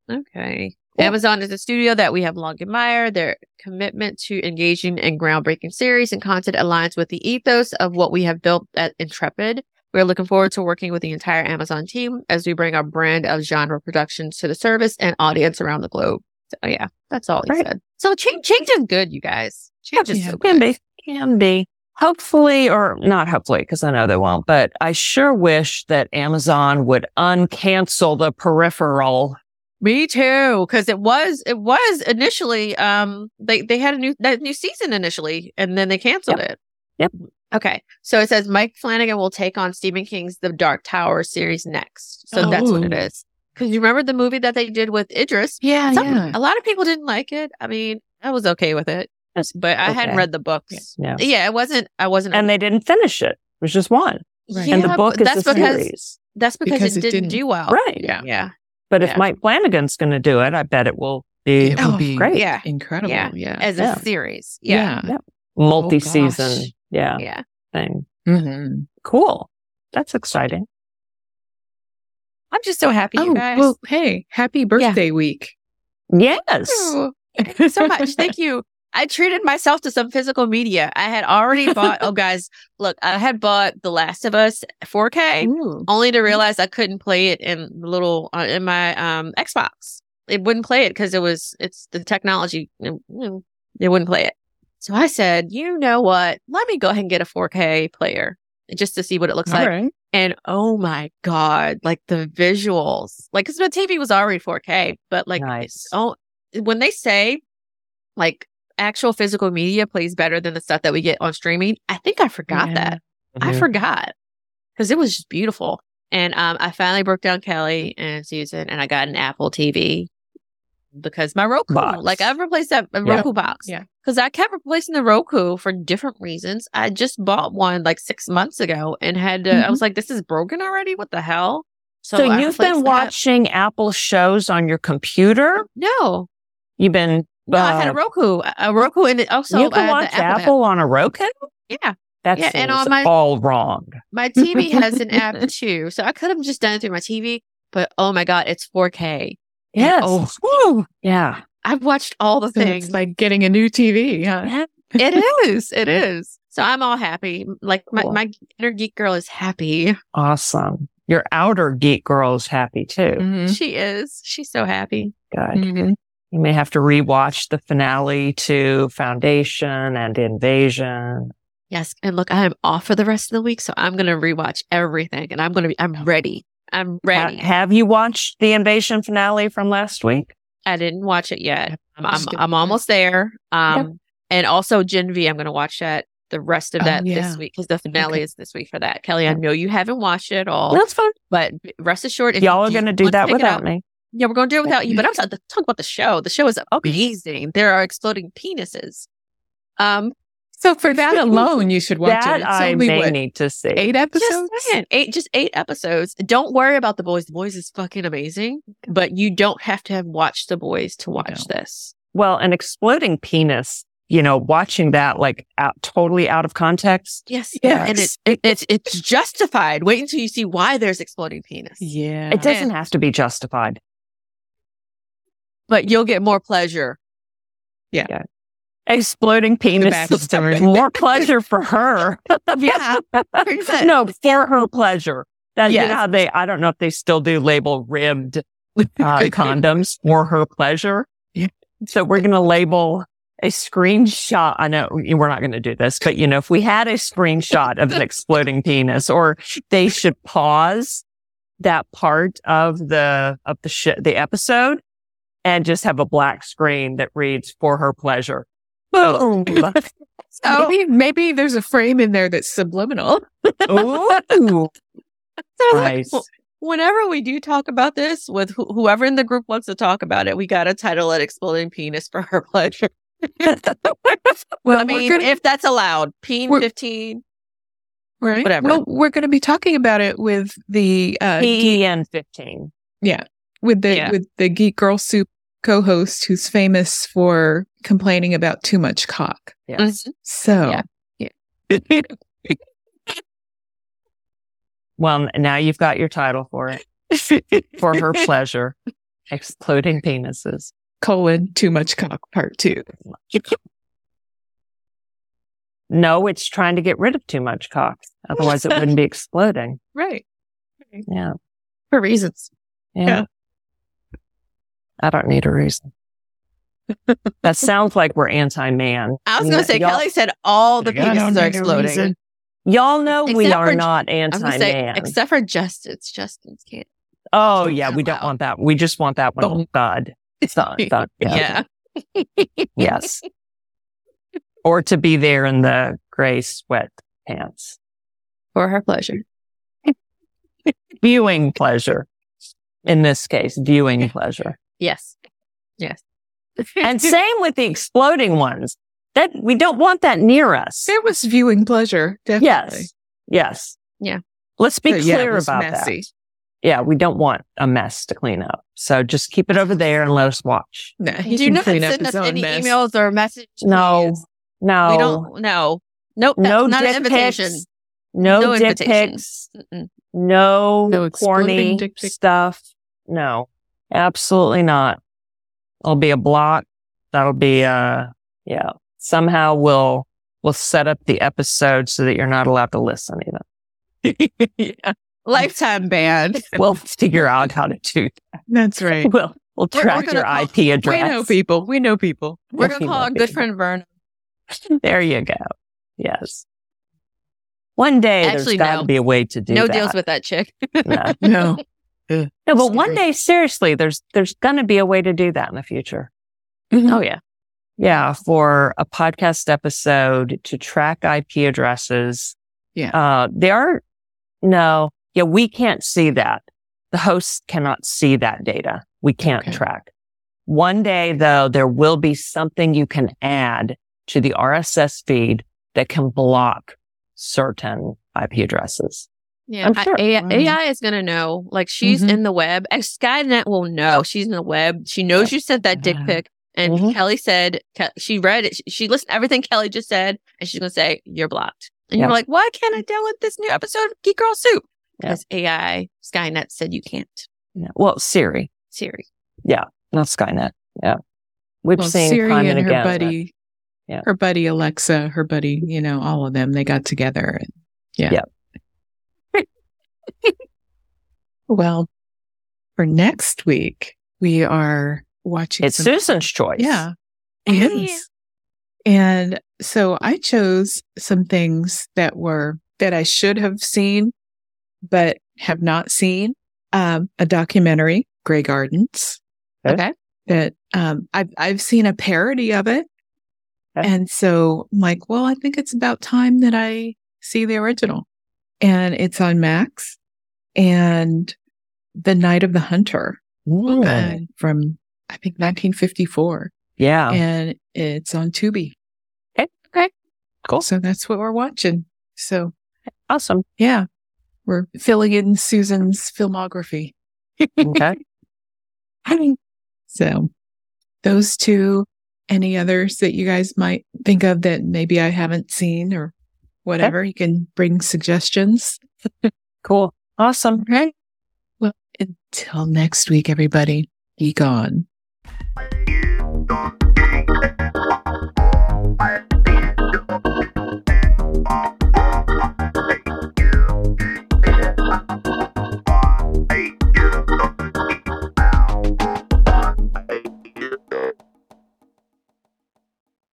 [SPEAKER 3] Okay.
[SPEAKER 2] Cool.
[SPEAKER 3] Amazon is a studio that we have long admired. Their commitment to engaging in groundbreaking series and content aligns with the ethos of what we have built at Intrepid. We are looking forward to working with the entire Amazon team as we bring our brand of genre productions to the service and audience around the globe. So, yeah, that's all he
[SPEAKER 2] Great.
[SPEAKER 3] said. So change, change is good, you guys. Change is
[SPEAKER 1] Yeah.
[SPEAKER 3] so good.
[SPEAKER 2] Can be. Can be. Hopefully, or not hopefully, because I know they won't, but I sure wish that Amazon would uncancel the peripheral.
[SPEAKER 3] Me too, because it was it was initially um they they had a new that new season initially, and then they canceled it.
[SPEAKER 2] Yep.
[SPEAKER 3] Okay, so it says Mike Flanagan will take on Stephen King's The Dark Tower series next. So that's what it
[SPEAKER 1] Oh.
[SPEAKER 3] is. Because you remember the movie that they did with Idris?
[SPEAKER 1] Yeah.
[SPEAKER 3] Some-
[SPEAKER 1] yeah.
[SPEAKER 3] A lot of people didn't like it. I mean, I was okay with it,
[SPEAKER 2] That's
[SPEAKER 3] but I hadn't
[SPEAKER 2] okay.
[SPEAKER 3] read the books.
[SPEAKER 2] Yeah.
[SPEAKER 3] Yeah, it wasn't. I wasn't.
[SPEAKER 2] And they didn't finish it. It was just one.
[SPEAKER 1] Right.
[SPEAKER 2] And
[SPEAKER 3] Yeah,
[SPEAKER 2] the book
[SPEAKER 3] but
[SPEAKER 2] is
[SPEAKER 3] that's
[SPEAKER 2] a
[SPEAKER 3] because
[SPEAKER 2] series.
[SPEAKER 3] that's because,
[SPEAKER 1] Because
[SPEAKER 3] it,
[SPEAKER 1] it
[SPEAKER 3] didn't,
[SPEAKER 1] didn't-
[SPEAKER 3] do well.
[SPEAKER 2] Right.
[SPEAKER 1] Yeah.
[SPEAKER 3] Yeah.
[SPEAKER 2] But if
[SPEAKER 3] Yeah.
[SPEAKER 2] Mike Flanagan's going to do it, I bet it will be Oh,
[SPEAKER 1] It will be
[SPEAKER 2] great.
[SPEAKER 3] Yeah.
[SPEAKER 1] incredible.
[SPEAKER 3] Yeah.
[SPEAKER 1] Yeah.
[SPEAKER 3] As
[SPEAKER 2] Yeah.
[SPEAKER 3] a series.
[SPEAKER 1] Yeah.
[SPEAKER 2] multi season.
[SPEAKER 1] gosh.
[SPEAKER 2] yeah.
[SPEAKER 3] Oh, Yeah. yeah.
[SPEAKER 2] Thing.
[SPEAKER 1] Mhm.
[SPEAKER 2] Cool. That's exciting.
[SPEAKER 3] I'm just so happy you
[SPEAKER 1] Oh,
[SPEAKER 3] guys.
[SPEAKER 1] well, hey, happy birthday week.
[SPEAKER 2] Yes.
[SPEAKER 3] Thank you so much. Thank you. I treated myself to some physical media. I had already bought, oh, guys, look, I had bought The Last of Us 4K
[SPEAKER 1] Ooh. Mm-hmm.
[SPEAKER 3] only to realize I couldn't play it in the little, uh, in my um Xbox. It wouldn't play it because it was, it's the technology, you know, it wouldn't play it. So I said, you know what? Let me go ahead and get a 4K player just to see what it looks like.
[SPEAKER 1] All right.
[SPEAKER 3] And oh my God, like the visuals, like, cause my TV was already 4K, but like,
[SPEAKER 2] Nice.
[SPEAKER 3] oh, when they say like actual physical media plays better than the stuff that we get on streaming, I think I forgot
[SPEAKER 1] Yeah.
[SPEAKER 3] that. I
[SPEAKER 2] Mhm.
[SPEAKER 3] forgot because it was just beautiful. And um, I finally broke down Kelly and Susan, and I got an Apple TV because my Roku,
[SPEAKER 2] Box.
[SPEAKER 3] like I've replaced that a
[SPEAKER 2] Yeah.
[SPEAKER 3] Roku box.
[SPEAKER 1] Yeah.
[SPEAKER 3] Because I kept replacing the Roku for different reasons. I just bought one like six months ago and had to, I was like, this is broken already. What the hell?
[SPEAKER 2] Mm-hmm. So,
[SPEAKER 3] I
[SPEAKER 2] you've been
[SPEAKER 3] replaced that.
[SPEAKER 2] watching Apple shows on your computer.
[SPEAKER 3] No,
[SPEAKER 2] You've been.
[SPEAKER 3] no, I had
[SPEAKER 2] uh,
[SPEAKER 3] a Roku, a- a Roku, and it also
[SPEAKER 2] you
[SPEAKER 3] I
[SPEAKER 2] can
[SPEAKER 3] had the
[SPEAKER 2] watch
[SPEAKER 3] Apple. app.
[SPEAKER 2] Apple on a Roku.
[SPEAKER 3] Yeah,
[SPEAKER 2] That
[SPEAKER 3] Yeah,
[SPEAKER 2] seems
[SPEAKER 3] and on my-
[SPEAKER 2] all wrong.
[SPEAKER 3] My TV has an app too, so I could have just done it through my TV. But oh my god, it's 4K.
[SPEAKER 2] Yes.
[SPEAKER 3] oh.
[SPEAKER 2] Woo. Yeah.
[SPEAKER 3] I've watched all the
[SPEAKER 1] So
[SPEAKER 3] things.
[SPEAKER 1] It's like getting a new TV. Huh?
[SPEAKER 3] it is. It is. So I'm all happy. Like my,
[SPEAKER 2] Cool. Mm-hmm.
[SPEAKER 3] my inner geek girl is happy.
[SPEAKER 2] Awesome. Your outer geek girl is happy too.
[SPEAKER 1] Mhm.
[SPEAKER 3] She is. She's so happy.
[SPEAKER 2] Good.
[SPEAKER 1] Mhm.
[SPEAKER 2] You may have to rewatch the finale to Foundation and Invasion.
[SPEAKER 3] Yes. And look, I am off for the rest of the week, so I'm gonna rewatch everything, and I'm gonna be. I'm ready. I'm
[SPEAKER 2] Ha-
[SPEAKER 3] ready.
[SPEAKER 2] have you watched the Invasion finale from last week?
[SPEAKER 3] I didn't watch it yet. I'm I'm,
[SPEAKER 1] Just get-
[SPEAKER 3] I'm almost there. Um, and also Gen V. I'm gonna watch that the rest of
[SPEAKER 1] Oh,
[SPEAKER 3] that
[SPEAKER 1] yeah.
[SPEAKER 3] this week because the finale
[SPEAKER 1] Okay.
[SPEAKER 3] is this week for that. Kelly, I know you haven't watched it all,
[SPEAKER 2] That's fine.
[SPEAKER 3] but rest assured, if you
[SPEAKER 2] Y'all are going to do
[SPEAKER 3] want
[SPEAKER 2] that
[SPEAKER 3] pick it up,
[SPEAKER 2] without me.
[SPEAKER 3] Yeah, we're going to do it without you, but I'm talking talking about the show. The show is
[SPEAKER 2] Okay.
[SPEAKER 3] amazing. There are exploding penises. Um,
[SPEAKER 1] So for that alone, you should watch
[SPEAKER 2] that
[SPEAKER 1] it. It's
[SPEAKER 2] I
[SPEAKER 1] only
[SPEAKER 2] may
[SPEAKER 1] what,
[SPEAKER 2] need to see.
[SPEAKER 1] eight episodes.
[SPEAKER 3] Just saying, eight, just eight episodes. Don't worry about the boys. The boys is fucking amazing, but you don't have to have watched the boys to watch this.
[SPEAKER 2] Well, an exploding penis, you know, watching that like out, totally out of context.
[SPEAKER 3] Yes,
[SPEAKER 1] Yes.
[SPEAKER 3] and it's it's it's justified. Wait until you see why there's exploding penis.
[SPEAKER 1] yeah.
[SPEAKER 2] It doesn't have to be justified.
[SPEAKER 3] But you'll get more pleasure.
[SPEAKER 2] Exploding penis,
[SPEAKER 1] Baptist Summary.
[SPEAKER 2] more pleasure for her. yeah.
[SPEAKER 3] Percent.
[SPEAKER 2] no, for her pleasure. That you
[SPEAKER 3] Yes.
[SPEAKER 2] know how they I don't know if they still do label ribbed
[SPEAKER 3] Ah,
[SPEAKER 2] uh, condoms for her pleasure.
[SPEAKER 1] Yeah.
[SPEAKER 2] So we're going to label a screenshot. I know we're not going to do this, but you know, if we had a screenshot of an exploding penis, or they should pause that part of the of the sh- the episode and just have a black screen that reads for her pleasure. Boom.
[SPEAKER 3] Oh.
[SPEAKER 2] so,
[SPEAKER 1] maybe maybe there's a frame in there that's subliminal.
[SPEAKER 2] ooh,
[SPEAKER 3] So like,
[SPEAKER 2] nice.
[SPEAKER 3] wh- whenever we do talk about this with wh- whoever in the group wants to talk about it, we got to title it "Exploding Penis" for her pleasure.
[SPEAKER 1] Well,
[SPEAKER 3] I mean, if that's allowed, peen
[SPEAKER 1] we're-
[SPEAKER 3] fifteen.
[SPEAKER 1] right?
[SPEAKER 3] whatever.
[SPEAKER 1] Well, we're going to be talking about it with the uh,
[SPEAKER 2] PEN 15.
[SPEAKER 1] with the
[SPEAKER 3] Yeah.
[SPEAKER 1] with the geek girl soup co-host who's famous for complaining about too much cock.
[SPEAKER 3] Mm.
[SPEAKER 2] Yes.
[SPEAKER 1] So
[SPEAKER 3] Yeah.
[SPEAKER 2] Well, n- now you've got your title for it. For her pleasure, exploding penises.
[SPEAKER 1] colon too much cock part two.
[SPEAKER 2] No, it's trying to get rid of too much cock. Otherwise, it wouldn't be exploding.
[SPEAKER 1] Right.
[SPEAKER 2] Yeah.
[SPEAKER 3] for reasons.
[SPEAKER 2] Yeah.
[SPEAKER 1] Yeah.
[SPEAKER 2] I don't need a reason. that sounds like we're anti man.
[SPEAKER 3] I was going to say,
[SPEAKER 2] y'all,
[SPEAKER 3] Kelly said all the
[SPEAKER 1] Like, I don't
[SPEAKER 3] penises
[SPEAKER 1] need
[SPEAKER 3] are
[SPEAKER 1] a
[SPEAKER 3] exploding.
[SPEAKER 1] reason.
[SPEAKER 2] Y'all know we
[SPEAKER 3] Except
[SPEAKER 2] are
[SPEAKER 3] for-
[SPEAKER 2] not
[SPEAKER 3] I was
[SPEAKER 2] anti
[SPEAKER 3] going to say,
[SPEAKER 2] man.
[SPEAKER 3] except for Justin's. Justin's can't.
[SPEAKER 2] oh,
[SPEAKER 3] Don't
[SPEAKER 2] yeah.
[SPEAKER 3] sound
[SPEAKER 2] We don't
[SPEAKER 3] loud.
[SPEAKER 2] want that. We just want that one. Oh,
[SPEAKER 1] Don't.
[SPEAKER 2] Thud. Thud. Thud.
[SPEAKER 3] Yeah.
[SPEAKER 2] Yes. or to be there in the gray sweatpants.
[SPEAKER 3] For her pleasure.
[SPEAKER 2] Viewing pleasure. In this case, viewing pleasure.
[SPEAKER 3] Yes. Yes.
[SPEAKER 2] And same with the exploding ones. That we don't want that near us.
[SPEAKER 1] There was viewing pleasure, definitely.
[SPEAKER 2] Yes. Yes.
[SPEAKER 3] Yeah.
[SPEAKER 2] Let's be
[SPEAKER 1] But yeah, it
[SPEAKER 2] clear
[SPEAKER 1] was
[SPEAKER 2] about
[SPEAKER 1] messy.
[SPEAKER 2] that. Yeah, we don't want a mess to clean up. So just keep it over there and let us watch.
[SPEAKER 1] No, he
[SPEAKER 3] Do
[SPEAKER 1] can
[SPEAKER 3] not
[SPEAKER 1] Uh, clean up
[SPEAKER 3] send
[SPEAKER 1] his
[SPEAKER 3] us
[SPEAKER 1] own
[SPEAKER 3] any
[SPEAKER 1] mess.
[SPEAKER 3] emails or messages.
[SPEAKER 2] No.
[SPEAKER 3] please.
[SPEAKER 2] No.
[SPEAKER 3] We don't. No. Nope. That's
[SPEAKER 2] no
[SPEAKER 3] not
[SPEAKER 2] dick
[SPEAKER 3] an invitation.
[SPEAKER 2] pics. No,
[SPEAKER 3] No
[SPEAKER 2] dick
[SPEAKER 3] invitation.
[SPEAKER 2] pics.
[SPEAKER 3] Mm-mm.
[SPEAKER 2] no,
[SPEAKER 1] No exploding
[SPEAKER 2] corny
[SPEAKER 1] dick pic.
[SPEAKER 2] stuff. No, absolutely not. It'll be a block. That'll be uh yeah. Somehow we'll we'll set up the episode so that you're not allowed to listen even.
[SPEAKER 1] yeah,
[SPEAKER 3] Lifetime ban.
[SPEAKER 2] We'll figure out how to do
[SPEAKER 1] that's right.
[SPEAKER 2] that. We'll we'll
[SPEAKER 3] We're- we're
[SPEAKER 2] track
[SPEAKER 3] gonna
[SPEAKER 2] your
[SPEAKER 3] call-
[SPEAKER 2] IP address.
[SPEAKER 1] We know people. We know people.
[SPEAKER 2] We'll
[SPEAKER 3] We're going to
[SPEAKER 2] figure
[SPEAKER 3] call
[SPEAKER 2] out
[SPEAKER 3] our good
[SPEAKER 2] people.
[SPEAKER 3] friend Vernon.
[SPEAKER 2] There you go. Yes. One day
[SPEAKER 3] Actually,
[SPEAKER 2] there's got to
[SPEAKER 3] no.
[SPEAKER 2] be a way to do
[SPEAKER 3] No
[SPEAKER 2] that.
[SPEAKER 3] deals with that chick.
[SPEAKER 2] no.
[SPEAKER 1] No,
[SPEAKER 2] No, but
[SPEAKER 1] It's
[SPEAKER 2] one
[SPEAKER 1] great.
[SPEAKER 2] day, seriously, there's there's gonna be a way to do that in the future.
[SPEAKER 1] Mm-hmm.
[SPEAKER 3] Oh, yeah.
[SPEAKER 2] Yeah, for a podcast episode to track IP addresses.
[SPEAKER 1] Yeah.
[SPEAKER 2] Uh, there are no, yeah, we can't see that. The hosts cannot see that data. We can't
[SPEAKER 1] Okay.
[SPEAKER 2] track. One day though, there will be something you can add to the RSS feed that can block certain IP addresses.
[SPEAKER 3] Yeah,
[SPEAKER 2] I'm
[SPEAKER 3] I-
[SPEAKER 2] sure. Mm-hmm.
[SPEAKER 3] AI,
[SPEAKER 1] Wow.
[SPEAKER 3] AI is going to know. Like she's
[SPEAKER 1] Mhm.
[SPEAKER 3] in the web. And Skynet will know she's in the web. She knows you sent that dick
[SPEAKER 2] Yeah.
[SPEAKER 3] pic. And
[SPEAKER 2] Mhm.
[SPEAKER 3] Kelly said Ke- she read it. She, she listened to everything Kelly just said, and she's going to say you're blocked. And
[SPEAKER 2] Yeah.
[SPEAKER 3] you're like, why can't
[SPEAKER 2] Mm-hmm.
[SPEAKER 3] I download this new episode of Geek Girl Soup?
[SPEAKER 2] Yeah.
[SPEAKER 3] Because AI Skynet said you can't.
[SPEAKER 2] Yeah. Well, Siri,
[SPEAKER 3] Siri.
[SPEAKER 2] not Skynet. Yeah. We've
[SPEAKER 1] well,
[SPEAKER 2] seen
[SPEAKER 1] Siri
[SPEAKER 2] time
[SPEAKER 1] and,
[SPEAKER 2] and
[SPEAKER 1] her
[SPEAKER 2] again, that-
[SPEAKER 1] buddy,
[SPEAKER 2] Yeah.
[SPEAKER 1] her buddy Alexa, her buddy, you know, all of them. They got together. And, yeah. well, for next week, we are watching.
[SPEAKER 2] It's
[SPEAKER 1] some-
[SPEAKER 2] Susan's choice.
[SPEAKER 1] Yeah,
[SPEAKER 3] Yeah.
[SPEAKER 1] it is. And so I chose some things that were that I should have seen, but have not seen. Um, a documentary, Grey Gardens
[SPEAKER 3] Okay.
[SPEAKER 1] that um, I've I've seen a parody of it,
[SPEAKER 2] Okay.
[SPEAKER 1] and so I'm like, well, I think it's about time that I see the original, and it's on Max, and the Night of the Hunter
[SPEAKER 2] Mm.
[SPEAKER 1] uh, from I think 1954,
[SPEAKER 2] Yeah.
[SPEAKER 1] and it's on Tubi.
[SPEAKER 2] okay. Cool.
[SPEAKER 1] So that's what we're watching. So
[SPEAKER 2] Awesome.
[SPEAKER 1] yeah, we're filling in Susan's filmography.
[SPEAKER 2] Okay.
[SPEAKER 1] So those two, any others that you guys might think of that maybe I haven't seen or whatever, you can bring suggestions.
[SPEAKER 2] cool. Awesome.
[SPEAKER 1] Right. Well, until next week, everybody, be gone.